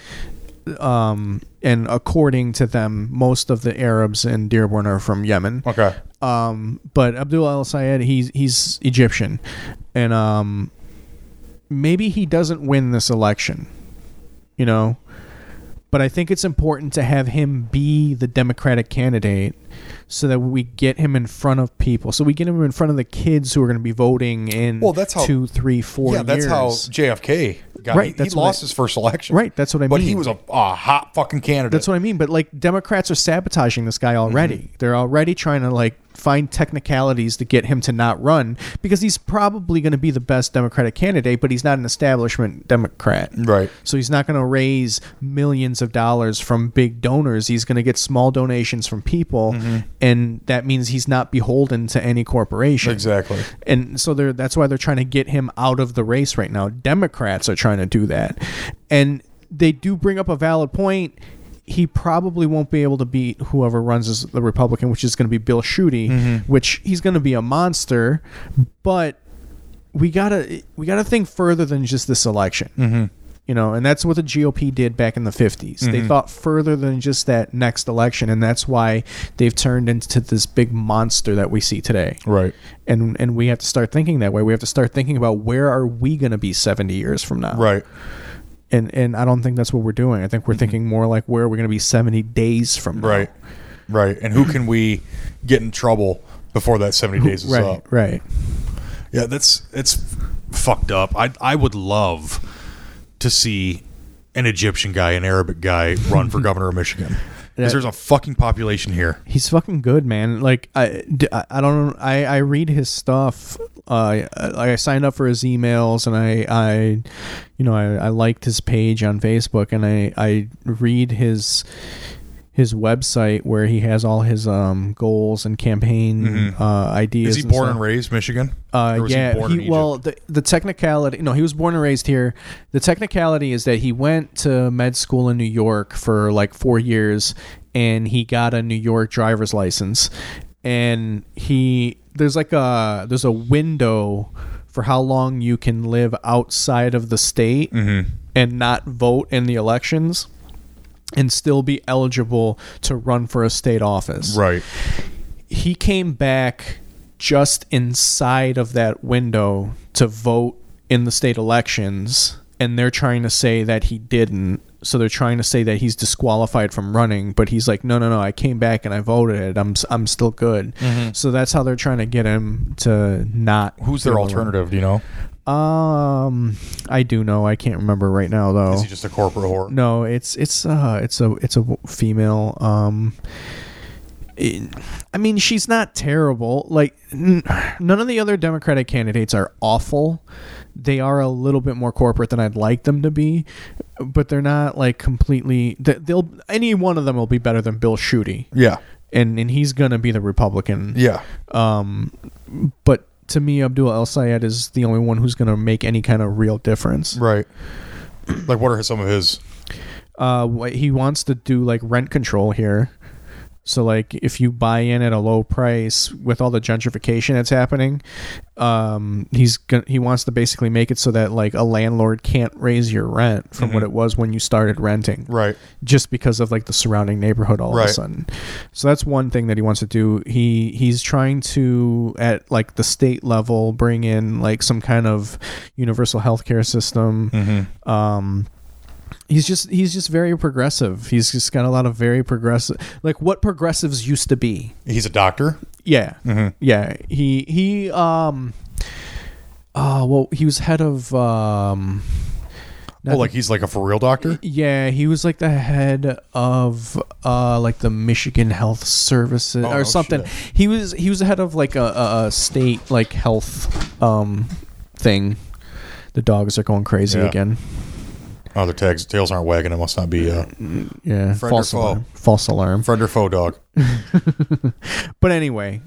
Um, and according to them, most of the Arabs in Dearborn are from Yemen. Okay. Um, but Abdul Al Sayed, he's he's Egyptian, and um, maybe he doesn't win this election, you know. But I think it's important to have him be the Democratic candidate, so that we get him in front of people, so we get him in front of the kids who are going to be voting in. Well, that's how- two, three, four. Yeah, that's years. how JFK got. Right, Right, he, that's what lost I- his first election. Right, that's what I But he mean. was a, a hot fucking candidate. That's what I mean. But like Democrats are sabotaging this guy already. They're already trying to like find technicalities to get him to not run because he's probably going to be the best Democratic candidate, but he's not an establishment Democrat. Right. So he's not going to raise millions of dollars from big donors. He's going to get small donations from people, and that means he's not beholden to any corporation. Exactly. And so they're that's why they're trying to get him out of the race right now. Democrats are trying to do that. And they do bring up a valid point. he probably won't be able to beat whoever runs as the Republican, which is going to be Bill Schuette, Mm-hmm. which he's going to be a monster. But we gotta we gotta think further than just this election. Mm-hmm. You know, and that's what the GOP did back in the 50s. Mm-hmm. They thought further than just that next election, and that's why they've turned into this big monster that we see today Right. and and we have to start thinking that way. We have to start thinking about where are we going to be 70 years from now. Right. Mm-hmm. And and I don't think that's what we're doing. I think we're thinking more like where are we going to be 70 days from now. Right. Right. And who can we get in trouble before that 70 days is Right. up? Right. Yeah, that's it's fucked up. I I would love to see an Egyptian guy, an Arabic guy, run for governor of Michigan. 'Cause Yeah. there's a fucking population here. He's fucking good, man. Like I, d- I- I don't I I read his stuff. Uh, I, I signed up for his emails and I I you know, I, I liked his page on Facebook and I I read his his website where he has all his um goals and campaign uh Mm-hmm. Is ideas. he and born stuff. and raised Michigan? Uh, Or was he yeah, born in he- Egypt? well, the, the technicality. No, he was born and raised here. The technicality is that he went to med school in New York for like four years, and he got a New York driver's license. And he there's like a there's a window for how long you can live outside of the state Mm. Mm-hmm. and not vote in the elections, and still be eligible to run for a state office right. he came back just inside of that window to vote in the state elections and they're trying to say that he didn't so they're trying to say that he's disqualified from running but he's like no no no I came back and I voted I'm s- I'm still good so that's how they're trying to get him to not Mm-hmm. Who's their be able to alternative? Do you know? run. um I do know I can't remember right now though Is he just a corporate whore? no, it's it's uh it's a it's a w- female. Um, it- I mean, she's not terrible. Like n- none of the other Democratic candidates are awful. They are a little bit more corporate than I'd like them to be, but they're not like completely. th- They'll any one of them will be better than Bill Schuette, Yeah. and and he's gonna be the Republican. Um, Yeah. But to me, Abdul El Sayed is the only one who's gonna make any kind of real difference. Right. Like, what are some of his? uh wh- he wants to do like rent control here so like if you buy in at a low price with all the gentrification that's happening um he's gonna he wants to basically make it so that like a landlord can't raise your rent from what it was when you started renting Right. just because of like the surrounding neighborhood all of Right. a sudden. So that's one thing that he wants to do. He he's trying to at like the state level bring in like some kind of universal healthcare system. Mm-hmm. Um He's just he's just very progressive. He's just got a lot of very progressive like what progressives used to be. He's a doctor. Mm-hmm. Yeah. Yeah. He he um uh well he was head of um Well, Oh, like he's like a for real doctor. yeah, he was like the head of uh like the Michigan Health Services Oh, or no something. shit. He was he was the head of like a, a, a state like health um thing. The dogs are going crazy Yeah. again. Oh, their tags tails aren't wagging. It must not be uh, Yeah, Friend or false foe? alarm. False alarm. friend or foe dog. But anyway,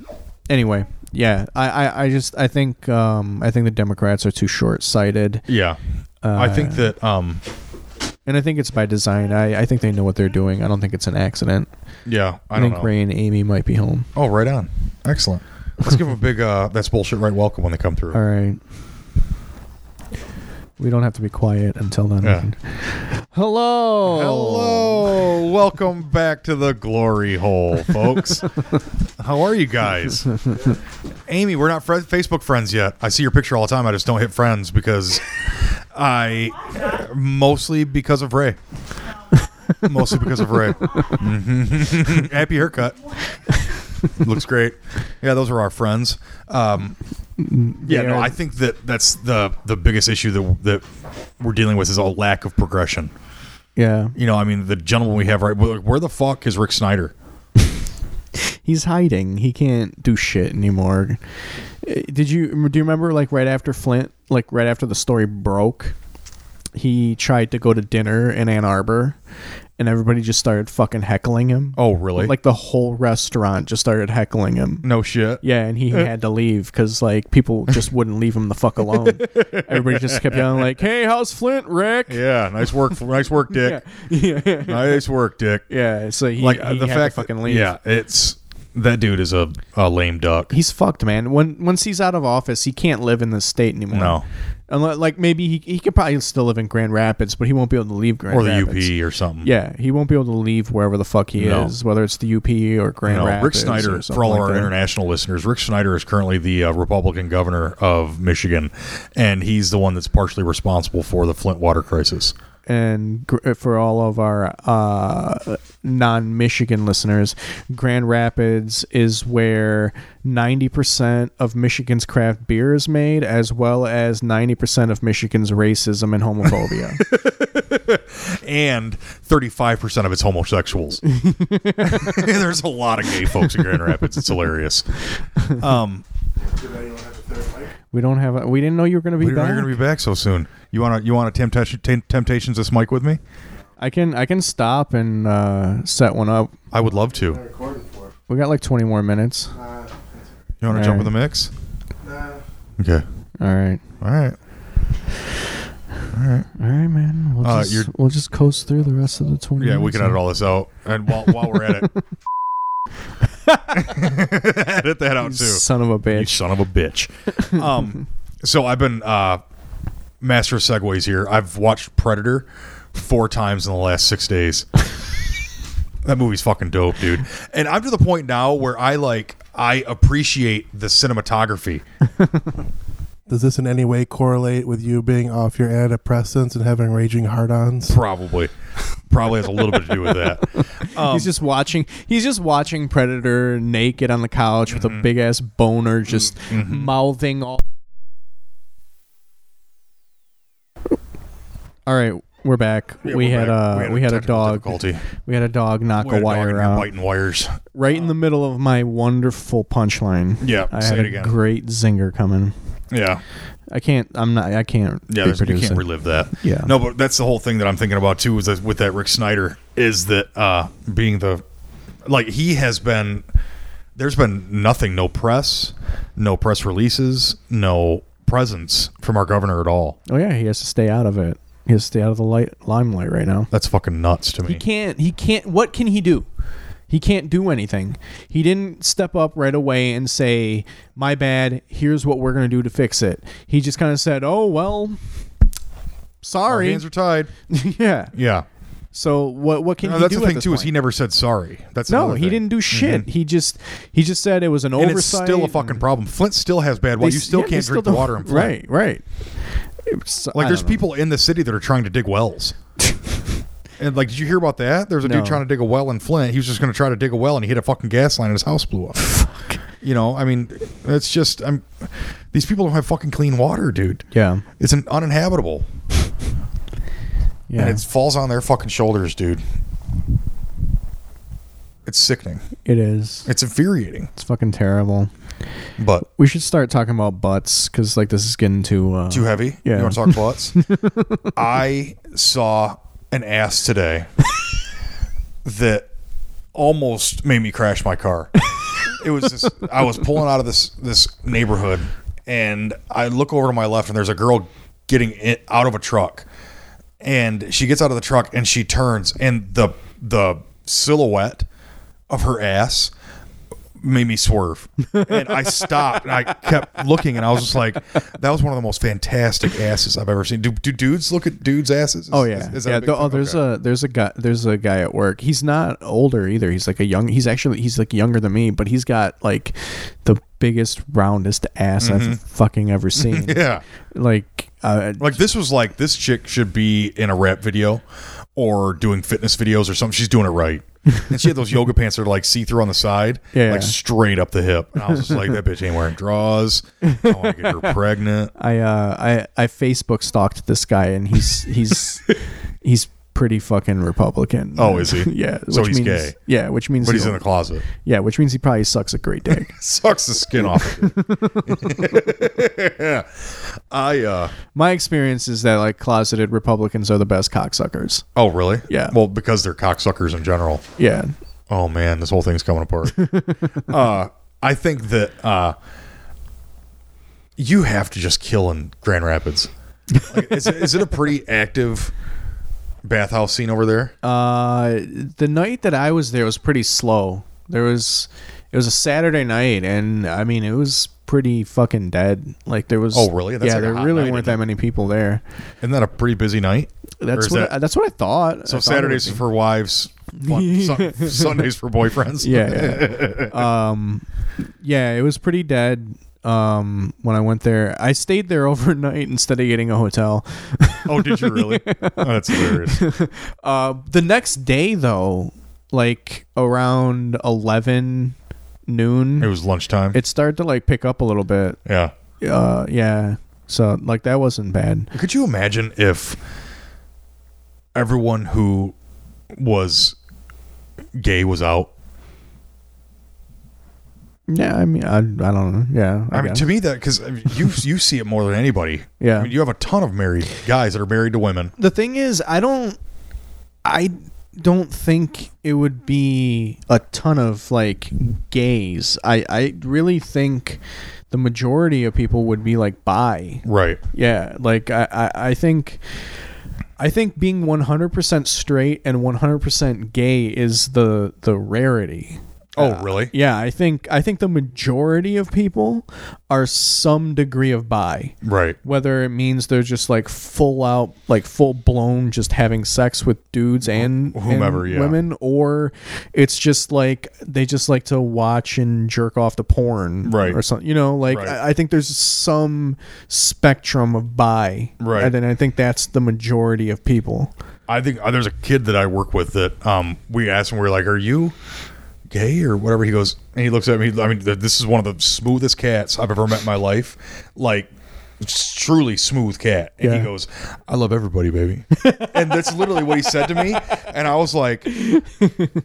anyway, yeah, I, I, I just I think um I think the Democrats are too short sighted, Yeah. I think that um and I think it's by design. I I think they know what they're doing. I don't think it's an accident. yeah I I don't think know. Ray and Amy might be home. Oh, right on. Excellent. Let's give them a big uh, that's bullshit right welcome when they come through. All right. We don't have to be quiet until then. Yeah. Hello. Hello. Welcome back to the glory hole, folks. How are you guys? Amy, we're not fri Facebook friends yet. I see your picture all the time. I just don't hit friends because I mostly because of Ray. Mostly because of Ray. Mhm. Happy haircut. Looks great. Yeah, those are our friends. Um, yeah, no, They're- I think that that's the the biggest issue that that we're dealing with is a lack of progression Yeah. you know, I mean, the gentleman we have right, where where the fuck is Rick Snyder? He's hiding. He can't do shit anymore. Uh, Did you do you remember like right after Flint, like right after the story broke, he tried to go to dinner in Ann Arbor and everybody just started fucking heckling him. Oh, really? Like the whole restaurant just started heckling him. no shit. Yeah, and Uh. he had to leave because like people just wouldn't leave him the fuck alone. Everybody just kept yelling like, "Hey, how's Flint, Rick?" Yeah, nice work, nice work, yeah, Dick. yeah. Nice work, Dick. Yeah, So he Like like uh, he the had to fact fucking leave. Yeah, it's that dude is a, a lame duck. he's fucked, man. When once he's out of office, he can't live in this state anymore. No. unless like maybe he he could probably still live in Grand Rapids, but he won't be able to leave Grand or the Rapids. UP or something. Yeah, he won't be able to leave wherever the fuck he No. is, whether it's the UP or You Grand know, Rapids. Rick or Snyder, something for all like our that. international listeners, Rick Snyder is currently the uh, Republican governor of Michigan, and he's the one that's partially responsible for the Flint water crisis. and gr- uh, for all of our uh, non-Michigan listeners, Grand Rapids is where 90% of Michigan's craft beer is made, as well as 90% of Michigan's racism and homophobia. and 35% of its homosexuals. There's a lot of gay folks in Grand Rapids. It's hilarious. Um, we don't have. A, we didn't know you were going to we be know you're back. going to be back so soon. You want to you want to tempt- tem- temptations this mic with me? I can. I can stop and uh, set one up. I would love to. You recording for. We got like 20 more minutes. Uh, want to All jump right. in the mix? nah. Okay. All right. All right. All right. All right, man. We'll Uh, just you're- we'll just coast through the rest of the 20. Yeah, we can edit all this out. And while, while we're at it, edit that out too. Son of a You bitch. son of a bitch. Um, so I've been uh, master of segues here. I've watched Predator four times in the last six days. that movie's fucking dope, dude. And I'm to the point now where I like I appreciate the cinematography. Does this in any way correlate with you being off your antidepressants and having raging hard-ons? Probably, probably has a little bit to do with that. Um, he's just watching. He's just watching Predator naked on the couch with Mm-hmm. a big ass boner, just mouthing all. All right, we're back. yeah, we, we're had, back. uh, we had a technical dog. difficulty. We had a dog knock We had a a dog in wire here out biting wires. right in the middle of my wonderful punchline. Yeah, I say had it a again. great zinger coming. Yeah, I can't. I'm not. I can't. yeah. be there's- You producing. can't relive that. Yeah. No, but that's the whole thing that I'm thinking about too. Is that with that Rick Snyder is that uh, being the like he has been. There's been nothing, no press, no press releases, no presence from our governor at all. Oh yeah, he has to stay out of it. He has to stay out of the light limelight right now. That's fucking nuts to me. He can't. He can't. What can he do? He can't do anything. He didn't step up right away and say, "My bad. Here's what we're gonna do to fix it." He just kind of said, "Oh well, Our sorry." hands are tied. yeah. Yeah. So what? What can No, he that's do the at thing this too. Is point? he never said sorry. That's No, another he thing. Mm-hmm. didn't do shit. He just he just said it was an And it's oversight. still a fucking problem. Flint still has bad They water. You s- still yeah, they can't drink the don't- water in Flint. Right, right. It's- I Like there's don't know. people in the city that are trying to dig wells. and like, did you hear about that? There's a No. dude trying to dig a well in Flint. He was just going to try to dig a well and he hit a fucking gas line and his house blew up. You know, I mean, it's just I'm. These people don't have fucking clean water, dude. Yeah, It's an uninhabitable, yeah. and it falls on their fucking shoulders, dude. It's sickening. It is. It's infuriating. It's fucking terrible. But We should start talking about butts because like this is getting too. Uh, too heavy. Yeah. You want to talk butts? I saw an ass today that almost made me crash my car. It was this, I was pulling out of this this neighborhood and I look over to my left and there's a girl getting it out of a truck. And she gets out of the truck and she turns and the the silhouette of her ass made me swerve. And I stopped and I kept looking and I was just like, that was one of the most fantastic asses I've ever seen. Do, do dudes look at dudes' asses? Is- Oh yeah, is- is that a yeah. big th- oh, thing? there's Okay. a there's a guy there's a guy at work. He's not older either. He's like a young. He's actually he's like younger than me, but he's got like the biggest roundest ass Mm-hmm. I've fucking ever seen. Yeah. Like, uh, Like this was like, this chick should be in a rap video or doing fitness videos or something. She's doing it right. And she had those yoga pants that are like see through on the side, Yeah. like straight up the hip. And I was just like, that bitch ain't wearing draws. I want to get her pregnant. I uh I I Facebook stalked this guy and he's he's he's pretty fucking Republican. Oh, is he? yeah. So which he's means, gay. Yeah, which means But he's he- in the closet. yeah, which means he probably sucks a great dick. Sucks the skin off. Of it. I uh My experience is that like closeted Republicans are the best cocksuckers. oh really? Yeah. Well, because they're cocksuckers in general. Yeah. Oh man, this whole thing's coming apart. uh, I think that uh, you have to just kill in Grand Rapids. Like, is, it- is it a pretty active bathhouse scene over there? Uh, the night that I was there was pretty slow. There was, it was a Saturday night, and I mean it was pretty fucking dead. Like there was. Oh, really? That's yeah, like a there hot really night, weren't isn't that many people there. Isn't that a pretty busy night? Or That's is what that- that's what I thought. So I thought it Saturdays would be. for wives, fun- sun- Sundays for boyfriends. Yeah. yeah. um, yeah, it was pretty dead. Um, when I went there, I stayed there overnight instead of getting a hotel. Oh, did you really? Oh, that's hilarious. Uh, the next day though, like around eleven noon, It was lunchtime. it started to like pick up a little bit. yeah. Uh, yeah. So like that wasn't bad. Could you imagine if everyone who was gay was out? Yeah, I mean, I, I don't know. Yeah, I, mean, guess. to me, that because you you see it more than anybody. Yeah. I mean, you have a ton of married guys that are married to women. the thing is, I don't, I don't think it would be a ton of like gays. I I really think the majority of people would be like bi. Right. Yeah, like I I, I think. I think being 100% straight and 100% gay is the the rarity. Oh, really? Yeah, I think I think the majority of people are some degree of bi. Right. Whether it means they're just like full out, like full blown, just having sex with dudes and and Whomever, yeah. women, or it's just like they just like to watch and jerk off to porn, Right. Or something, you know. Like Right. I, I think there's some spectrum of bi, Right. And then I think that's the majority of people. I think uh, there's a kid that I work with that um, we asked him, we were like, Are you gay or whatever? He goes, and he looks at me. I mean, th- this is one of the smoothest cats I've ever met in my life. Like, s- truly smooth cat. And he Yeah. goes, I love everybody, baby. and that's literally what he said to me. And I was like,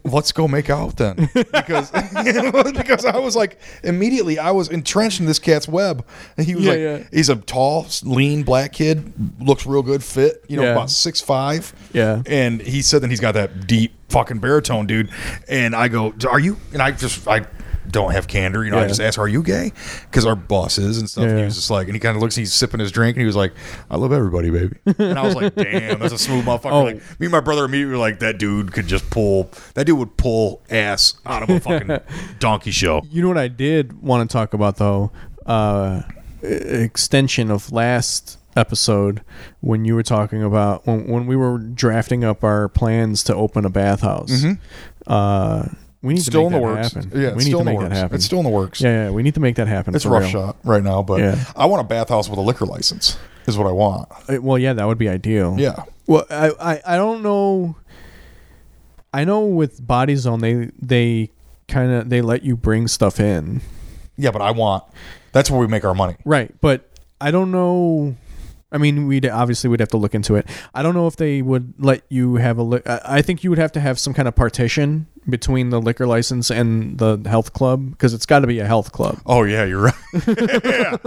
Let's go make out then. Because, because I was like, immediately I was entrenched in this cat's web. And he was Yeah, like, yeah. He's a tall, lean black kid, looks real good, fit, you know, Yeah. about six five. Yeah. And he said that he's got that deep fucking baritone, dude. And I go, "Are you?" And I just I don't have candor, you know. I Yeah. just asked, "Are you gay?" Because our bosses and stuff. And he Yeah. was just like, and he kind of looks, he's sipping his drink, and he was like, "I love everybody, baby." And I was like, "Damn, that's a smooth motherfucker." Oh. Like me and my brother immediately were like, "That dude could just pull. That dude would pull ass out of a fucking donkey show." You know what I did want to talk about though? Uh, e- extension of last episode when you were talking about when, when we were drafting up our plans to open a bathhouse. Uh, we Mm-hmm. need Still to in the make that works. happen. Yeah, we it's need still to in the make works. that happen. It's still in the works. yeah, yeah, we need to make that happen. It's a for rough real. shot right now, but Yeah. I want a bathhouse with a liquor license. Is what I want. Uh, Well, yeah, that would be ideal. Yeah. Well, I, I, I don't know. I know with Body Zone they they kind of they let you bring stuff in. Yeah, but I want. That's where we make our money. Right, but I don't know. I mean, we'd obviously we'd have to look into it. I don't know if they would let you have a. Li- I I think you would have to have some kind of partition between the liquor license and the health club because it's got to be a health club. Oh yeah, you're right. yeah.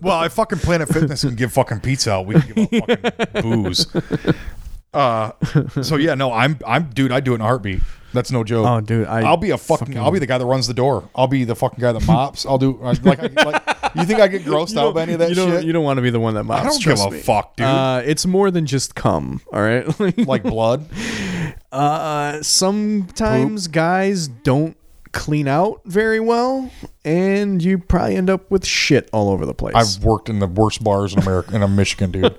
Well, I fucking Planet Fitness can give fucking pizza out. We can give out fucking booze. Uh, so yeah, no, I'm I'm dude. I do it in a heartbeat. That's no joke. Oh, dude, I I'll be a fucking, I'll be the guy that runs the door. I'll be the fucking guy that mops. I'll do I- like, I- like you think I get grossed out by any of that you don't, shit? You don't want to be the one that mops. I don't give trust a me. fuck, dude. Uh, it's more than just cum. All right. like blood. Uh, sometimes guys don't clean out very well, and you probably end up with shit all over the place. I've worked in the worst bars in America, in Michigan, dude.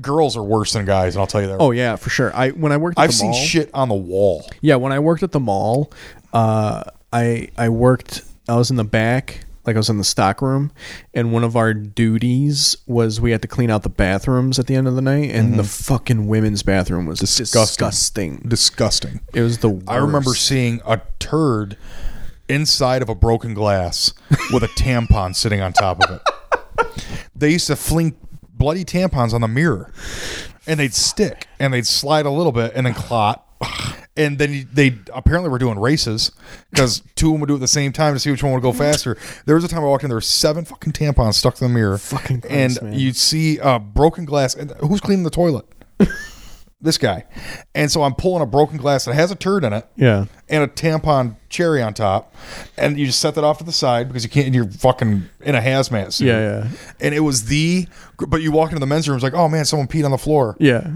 Girls are worse than guys, and I'll tell you that. oh yeah, for sure. I when I worked, at I've the seen mall- shit on the wall. Yeah, when I worked at the mall, uh, I I worked. I was in the back, like I was in the stock room, and one of our duties was we had to clean out the bathrooms at the end of the night, and the Mm-hmm. fucking women's bathroom was disgusting. Disgusting. It was the. Worst. I remember seeing a turd inside of a broken glass with a tampon sitting on top of it. They used to fling bl- bloody tampons on the mirror, and they'd stick and they'd slide a little bit and then clot. And then you- they apparently were doing races because two of them would do it at the same time to see which one would go faster. There was a time I walked in, there were seven fucking tampons stuck to the mirror. Fucking Christ, And man. you'd see uh, broken glass. And who's cleaning the toilet? this guy. And so I'm pulling a broken glass that has a turd in it Yeah. and a tampon cherry on top, and you just set that off to the side because you can't. You're fucking in a hazmat suit. Yeah, yeah. And it was the, but you walk into the men's room, it's like, oh man, someone peed on the floor. Yeah.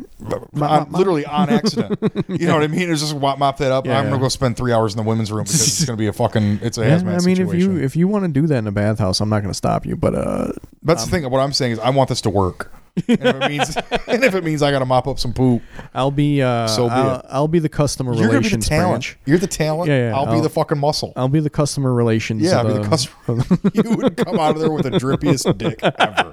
On- literally on accident. You know what I mean? It's just mop, mop that up. Yeah, I'm yeah. gonna go spend three hours in the women's room because it's gonna be a fucking. It's a Yeah, hazmat I mean, situation. if you if you want to do that in a bathhouse, I'm not going to stop you. But uh, That's the thing. What I'm saying is, I want this to work. and, if it means, and if it means I gotta mop up some poop, I'll be uh, So be I'll, it. I'll be the customer you're gonna be the relations talent. branch. You're the talent. Yeah, yeah, I'll, be I'll- the fucking muscle. I'll be the customer relations. um, Yeah, of I mean, the customer. you would come out of there with the drippiest dick ever.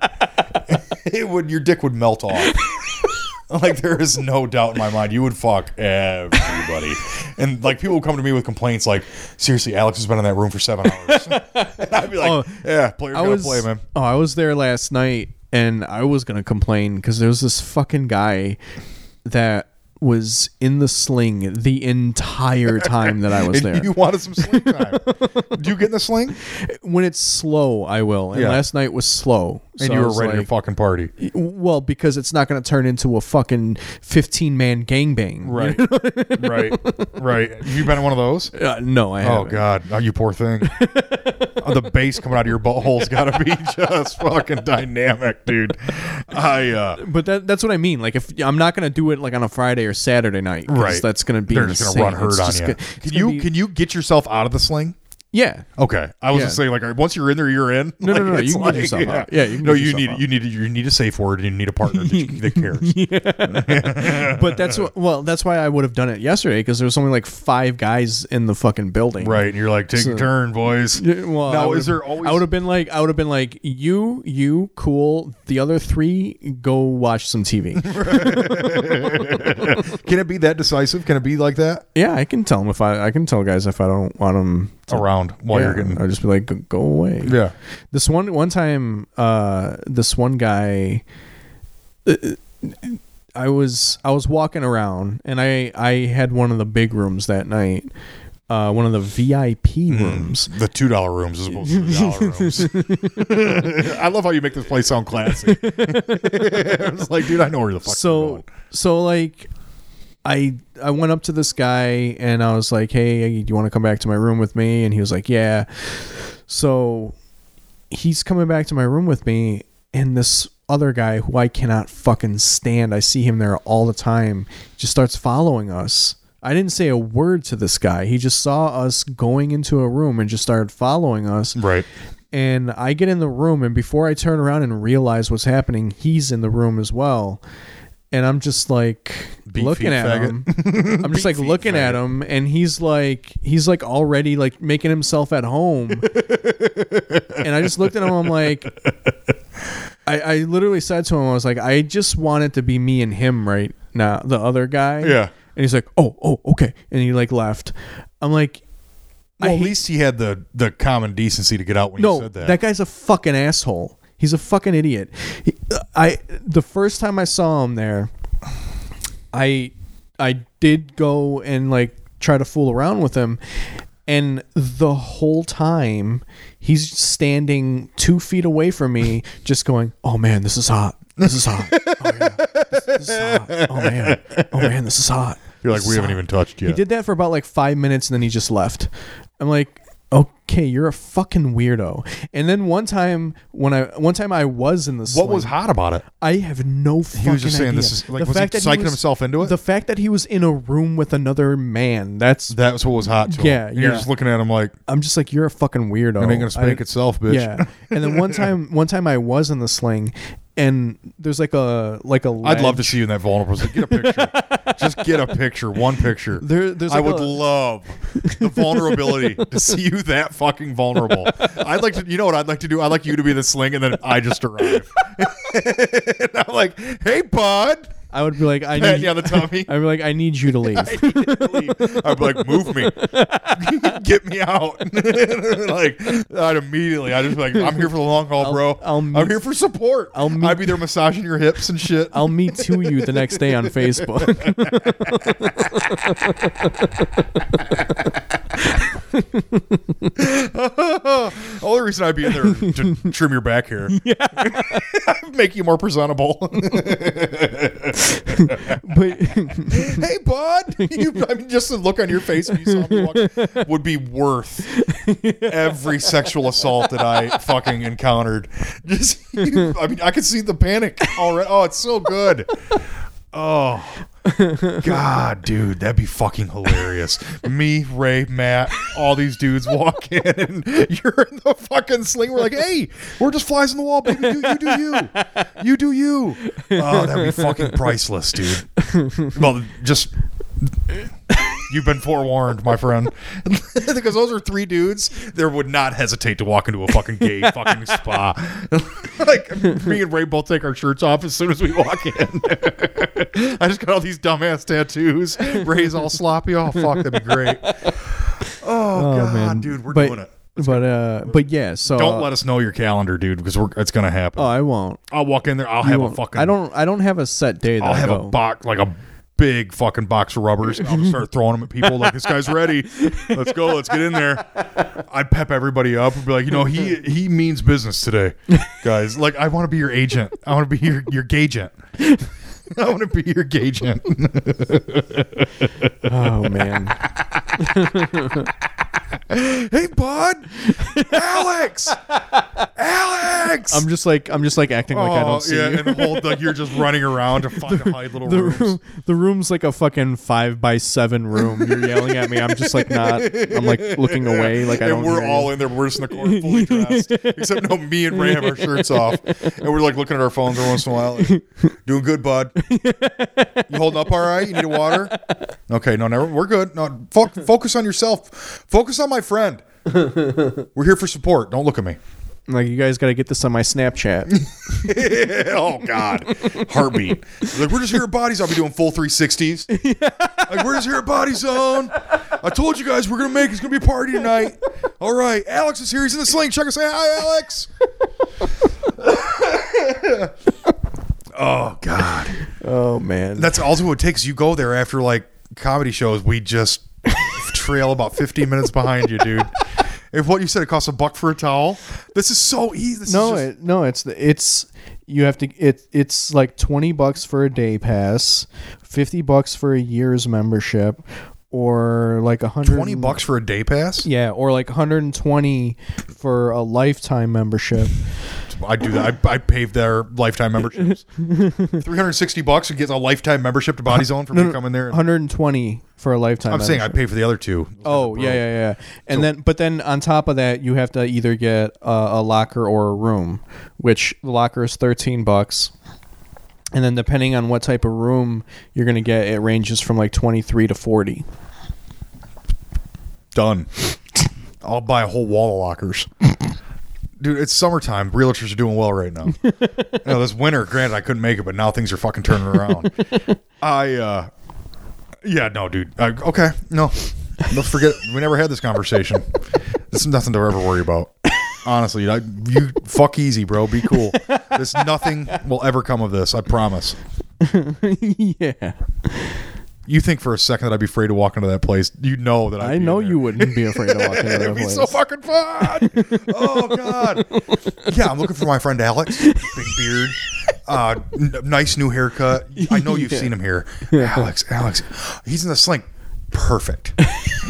it would your dick would melt off. like there is no doubt in my mind, you would fuck everybody. and like people would come to me with complaints, like seriously, Alex has been in that room for seven hours. and I'd be like, Oh, yeah, player's I gonna was play, man. oh, I was there last night, and I was going to complain because there was this fucking guy that was in the sling the entire time that I was And there. you wanted some sling time. Do you get in the sling? when it's slow, I will. And Yeah. last night was slow, And so you I were was ready to like- fucking party. Well, because it's not going to turn into a fucking 15 man gangbang, you Right. right. Right. Have you been in one of those? Uh, no, I Oh haven't. God, oh, you poor thing. Oh, the bass coming out of your butthole's got to be just fucking dynamic, dude. I uh, But that, that's what I mean. Like, if I'm not gonna do it like on a Friday or Saturday night, 'cause Right. That's gonna be they're just insane. gonna run It's herd on just you. go- it's can gonna you be- can you get yourself out of the sling? yeah. Okay, I was Yeah. just saying like all right, once you're in there, you're in. No, Like, no, no, no, it's you can get yourself yeah. out. Yeah, you can no, get you yourself need out. you need you need a safe word and you need a partner that, that cares. But that's what. Well, that's why I would have done it yesterday because there was only like five guys in the fucking building. Right, and you're like, take your So- turn, boys. Yeah, Well, Now, I is would've- there always- I would have been like, I would have been like, you, you, cool. The other three, go watch some TV. Can it be that decisive? Can it be like that yeah, I can tell them if I, I can tell guys if I don't want them. around while you're getting? I'll just be like, go, go away. yeah, This one one time, uh, this one guy, uh, I was I was walking around and I I had one of the big rooms that night, uh, one of the VIP rooms. the two dollar rooms as opposed to the dollar rooms. I love how you make this place sound classy. it's like, dude, I know where the fuck. you're So going. so like. I, I went up to this guy and I was like, "Hey, do you want to come back to my room with me?" And he was like, "Yeah." So he's coming back to my room with me and this other guy who I cannot fucking stand. I see him there all the time. Just starts following us. I didn't say a word to this guy. He just saw us going into a room and just started following us. right, And I get in the room and before I turn around and realize what's happening, he's in the room as well. And I'm just like Beat looking feet, at faggot. him. I'm just like feet, looking at faggot. him and he's like he's like already like making himself at home. and I just looked at him. I'm like, I, I literally said to him, I was like, I just want it to be me and him right now, the other guy. yeah. And he's like, oh, oh, okay. And he like left. I'm like, I Well, at hate- least he had the the common decency to get out when you no, said that. that. guy's a fucking asshole. He's a fucking idiot. He, I the first time I saw him there, I I did go and like try to fool around with him, and the whole time he's standing two feet away from me, just going, "Oh man, this is hot. This is hot. Oh, yeah. this, this is hot. Oh man. Oh man, this is hot." You're like, This we is haven't hot." even touched yet. He did that for about like five minutes and then he just left. I'm like, okay, you're a fucking weirdo. And then one time when I one time I was in the what sling, was hot about it? I have no fucking was just saying idea. this is- like, was he psyching himself into it? The fact that he was in a room with another man, that's That's what was hot to him. Yeah, And You're yeah. just looking at him like I'm just like you're a fucking weirdo. it ain't gonna spank I- itself, bitch. Yeah. And then one time one time I was in the sling and there's like a like a I'd love to ledge- see you in that vulnerable. position. Get a picture. just get a picture. One picture. There- there's I like would a- love the vulnerability to see you that fucking vulnerable. I'd like to. You know what I'd like to do? I'd like you to be the sling, and then I just arrive. and I'm like, hey, bud. I would be like, I Pat need. you on the tummy. I'd be like, I need you to leave. I need to leave. I'd be like, move me, get me out. like, I'd immediately, I'd just be like, I'm here for the long haul, I'll- bro. I'll i am meet- here for support. I'll meet- I'd be there massaging your hips and shit. I'll meet to you the next day on Facebook. Only reason I'd be in there to trim your back hair, yeah, make you more presentable. but hey, bud, you, I mean, just the look on your face when you saw me walk would be worth every sexual assault that I fucking encountered. Just, you, I mean, I could see the panic already. Oh, it's so good. Oh. God, dude, that'd be fucking hilarious. Me, Ray, Matt, all these dudes walk in, and you're in the fucking sling. We're like, hey, we're just flies on the wall, baby. You, you do you. You do you. Oh, that'd be fucking priceless, dude. Well, just you've been forewarned, my friend. because those are three dudes that would not hesitate to walk into a fucking gay fucking spa. like me and Ray both take our shirts off as soon as we walk in. I just got all these dumbass tattoos. Ray's all sloppy. Oh fuck, that'd be great. Oh, god, Oh, man. dude, we're But- doing it. but uh, but yeah. So Don't let us know your calendar, dude, because we're it's gonna happen. Oh, I won't. I'll walk in there. I'll You have a won't. fucking. I don't. I don't have a set day. That I'll I have go. a box like a big fucking box of rubbers. And I'll just start throwing them at people like this guy's ready. Let's go. Let's get in there. I'd pep everybody up and be like, you know, he he means business today, guys. Like I want to be your agent. I want to be your your gagent. I want to be your gagent. Oh man. hey, bud, Alex, Alex. I'm just like I'm just like acting like I Oh, don't see yeah, you. and the whole like you're just running around to find hide little the rooms. room, the room's like a fucking five by seven room. You're yelling at me. I'm just like not. I'm like looking away. Like I and don't. we're hear all you. in there. We're just in the corner, fully dressed. Except no, me and Ray have our shirts off, and we're like looking at our phones every once in a while. like, Doing good, bud. You holding up all right? You need a water? Okay, no, never. We're good. No, fo- focus on yourself. Focus on my friend. We're here for support. Don't look at me. I'm like you guys got to get this on my Snapchat. oh God, heartbeat. Like we're just here at Body Zone. I'll be doing full 360s. Like we're just here at Body Zone. I told you guys we're gonna make. It's gonna be a party tonight. All right, Alex is here. He's in the sling. Check and say hi, Alex. oh God, oh man. that's also what it takes. You go there after like comedy shows. We just trail about 15 minutes behind you, dude. If what you said it costs a buck for a towel, this is so easy. This no, is just, it, no. It's the it's you have to it it's like twenty bucks for a day pass, fifty bucks for a year's membership, or like a hundred 20 bucks for a day pass. Yeah, or like 120 for a lifetime membership. I do that. I, I pave their lifetime memberships. Three hundred sixty bucks and get a lifetime membership to Body Zone for me coming there. 120 for a lifetime. I'm saying I membership. pay for the other two. Oh yeah, yeah, yeah. And then, but then on top of that, you have to either get a, a locker or a room, which the locker is thirteen bucks. And then depending on what type of room you're gonna get, it ranges from like twenty three to forty. done. I'll buy a whole wall of lockers. Dude, it's summertime. Realtors are doing well right now. you know, this winter, granted, I couldn't make it, but now things are fucking turning around. I, uh, yeah, no, dude. I, okay, no. Let's forget. We never had this conversation. This is nothing to ever worry about. Honestly, I, you fuck easy, bro. Be cool. This nothing will ever come of this. I promise. yeah, You think for a second that I'd be afraid to walk into that place? You know that I'd I be know in there. you wouldn't be afraid to walk into that It'd be place. so fucking fun. oh god. Yeah, I'm looking for my friend Alex. Big beard. Uh, n- nice new haircut. I know you've seen him here. Alex, Alex, he's in the sling. Perfect.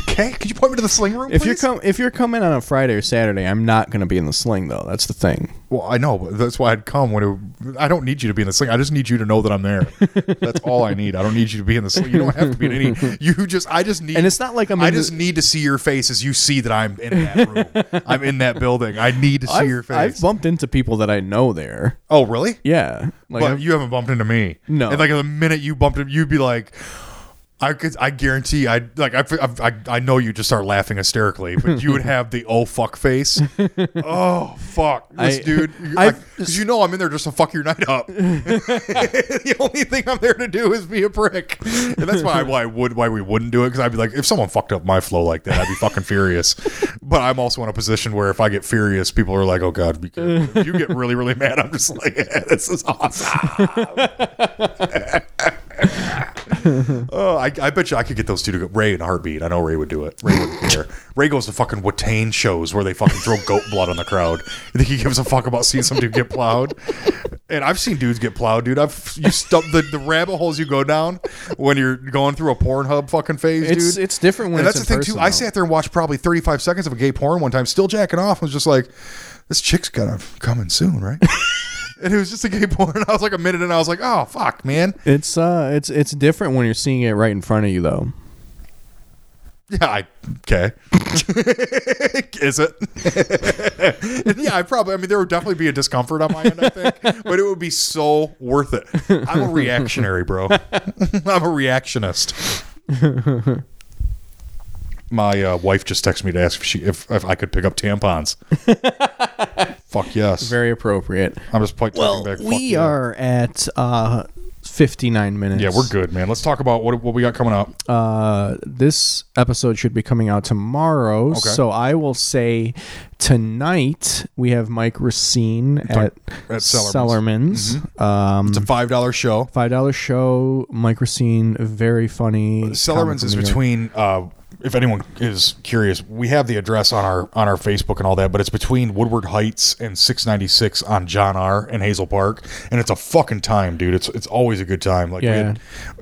Okay, could you point me to the sling room? if you're please? com- if you're coming on a Friday or Saturday, I'm not gonna be in the sling though. That's the thing. well, I know but that's why I'd come when it, I don't need you to be in the sling. I just need you to know that I'm there. That's all I need. I don't need you to be in the sling. You don't have to be in any. You just, I just need. And it's not like I'm I in the- just need to see your face as you see that I'm in that room. I'm in that building. I need to see I've, your face. I've bumped into people that I know there. oh, really? Yeah, like but I've- you haven't bumped into me. No. And like the minute you bumped him, you'd be like, I could, I guarantee, I like, I, I, I know you just start laughing hysterically, but you would have the oh fuck face. oh fuck, this I- dude, I've- because you know I'm in there just to fuck your night up. the only thing I'm there to do is be a prick, and that's why why I would why we wouldn't do it because I'd be like, if someone fucked up my flow like that, I'd be fucking furious. But I'm also in a position where if I get furious, people are like, oh god, be careful. If you get really really mad. I'm just like, yeah, this is awesome. Oh, I, I bet you I could get those two to go. Ray in a heartbeat. I know Ray would do it. Ray wouldn't care. Ray goes to fucking Watane shows where they fucking throw goat blood on the crowd. You think he gives a fuck about seeing some dude get plowed? And I've seen dudes get plowed, dude. I've you stub the, the rabbit holes you go down when you're going through a Pornhub fucking phase, It's dude. it's different when and that's it's the thing in too. person, I though. sat there and watched probably 35 seconds of a gay porn one time, still jacking off. I was just like, this chick's gonna coming soon, right? and it was just a gay porn. I was like a minute, and I was like, oh fuck, man. It's uh, it's it's different when you're seeing it right in front of you, though. Yeah, I okay. Is it? And yeah, I probably. I mean, there would definitely be a discomfort on my end, I think, but it would be so worth it. I'm a reactionary, bro. I'm a reactionist. My uh, wife just texted me to ask if she if, if I could pick up tampons. Fuck yes. Very appropriate. I'm just like Well, talking back. Fuck we yeah. are at uh, 59 minutes. Yeah, we're good, man. Let's talk about what what we got coming up. Uh, this episode should be coming out tomorrow. So I will say tonight we have Mike Racine at, at Mm-hmm. Sellerman's. Um, It's a five dollar show. $5 show. Mike Racine, very funny. comic Sellerman's from is New York. between. Uh, if anyone is curious, we have the address on our on our Facebook and all that, but it's between Woodward Heights and 696 on John R and Hazel Park, and it's a fucking time, dude. It's it's always a good time. Like Yeah. we had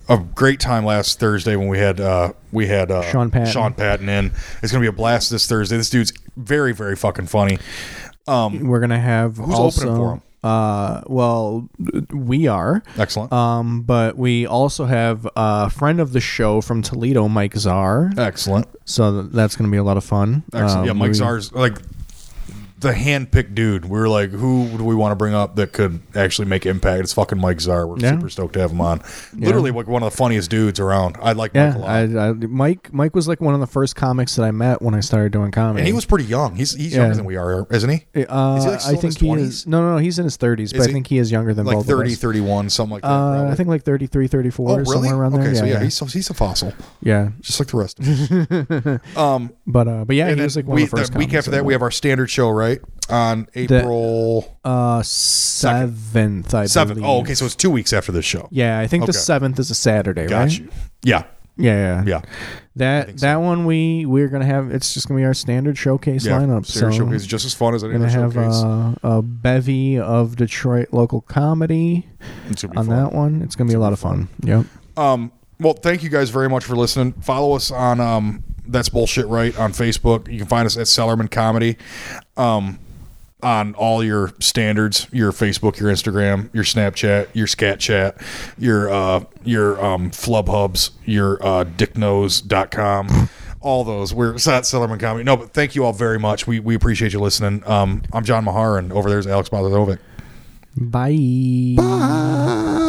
a great time last Thursday when we had uh we had uh, Sean Patton. Sean Patton in. It's gonna be a blast this Thursday. This dude's very very fucking funny. We're going to have. Who's opening also, for 'em? Uh, well, we are. Excellent. Um, but we also have a friend of the show from Toledo, Mike Czar. Excellent. So th- that's going to be a lot of fun. Uh, Excellent. Um, yeah, Mike we- Czar's like the handpicked dude. We were like, who do we want to bring up that could actually make impact? It's fucking Mike Czar. We're Yeah. super stoked to have him on. Literally, like one of the funniest dudes around. I like Yeah, Mike a lot. I, I, Mike. Mike was like one of the first comics that I met when I started doing comedy. and he was pretty young. He's he's younger Yeah. than we are, isn't he? Uh, is he, like, still I in his think he 20s? is. No, no, no, he's in his thirties, but Is I he? think he is younger than Like both 30, of us. 31, something like that. Uh, probably. I think like 33, 34, Oh, really? somewhere around okay, there. so yeah, yeah, he's he's a fossil, yeah. just like the rest. Of us. um, But uh, but yeah, and he then was like one we, of the first. the week comics after I that, we met. have our standard show right on April uh seventh, I seventh. believe. Oh, okay, so it's two weeks after this show. Yeah, I think the Okay. seventh is a Saturday, got right? you. Yeah, Yeah, yeah, yeah. That that one we we're gonna have. It's just gonna be our standard showcase lineup. Serious so showcase is just as fun as any gonna other have showcase. uh, a bevy of Detroit local comedy it's gonna be on fun. that one. It's gonna be a lot of fun. Yep. Um, well, thank you guys very much for listening. Follow us on um, that's bullshit right on Facebook. You can find us at Sellerman Comedy. Um, on all your standards, your Facebook, your Instagram, your Snapchat, your Scat Chat, your uh, your um, Flub Hubs, your uh, Dicknose.com, all those. We're it's at Sellerman Comedy. No, but thank you all very much. We, we appreciate you listening. Um, I'm John Mahar, and over there's Alex Bozovic. Bye. Bye.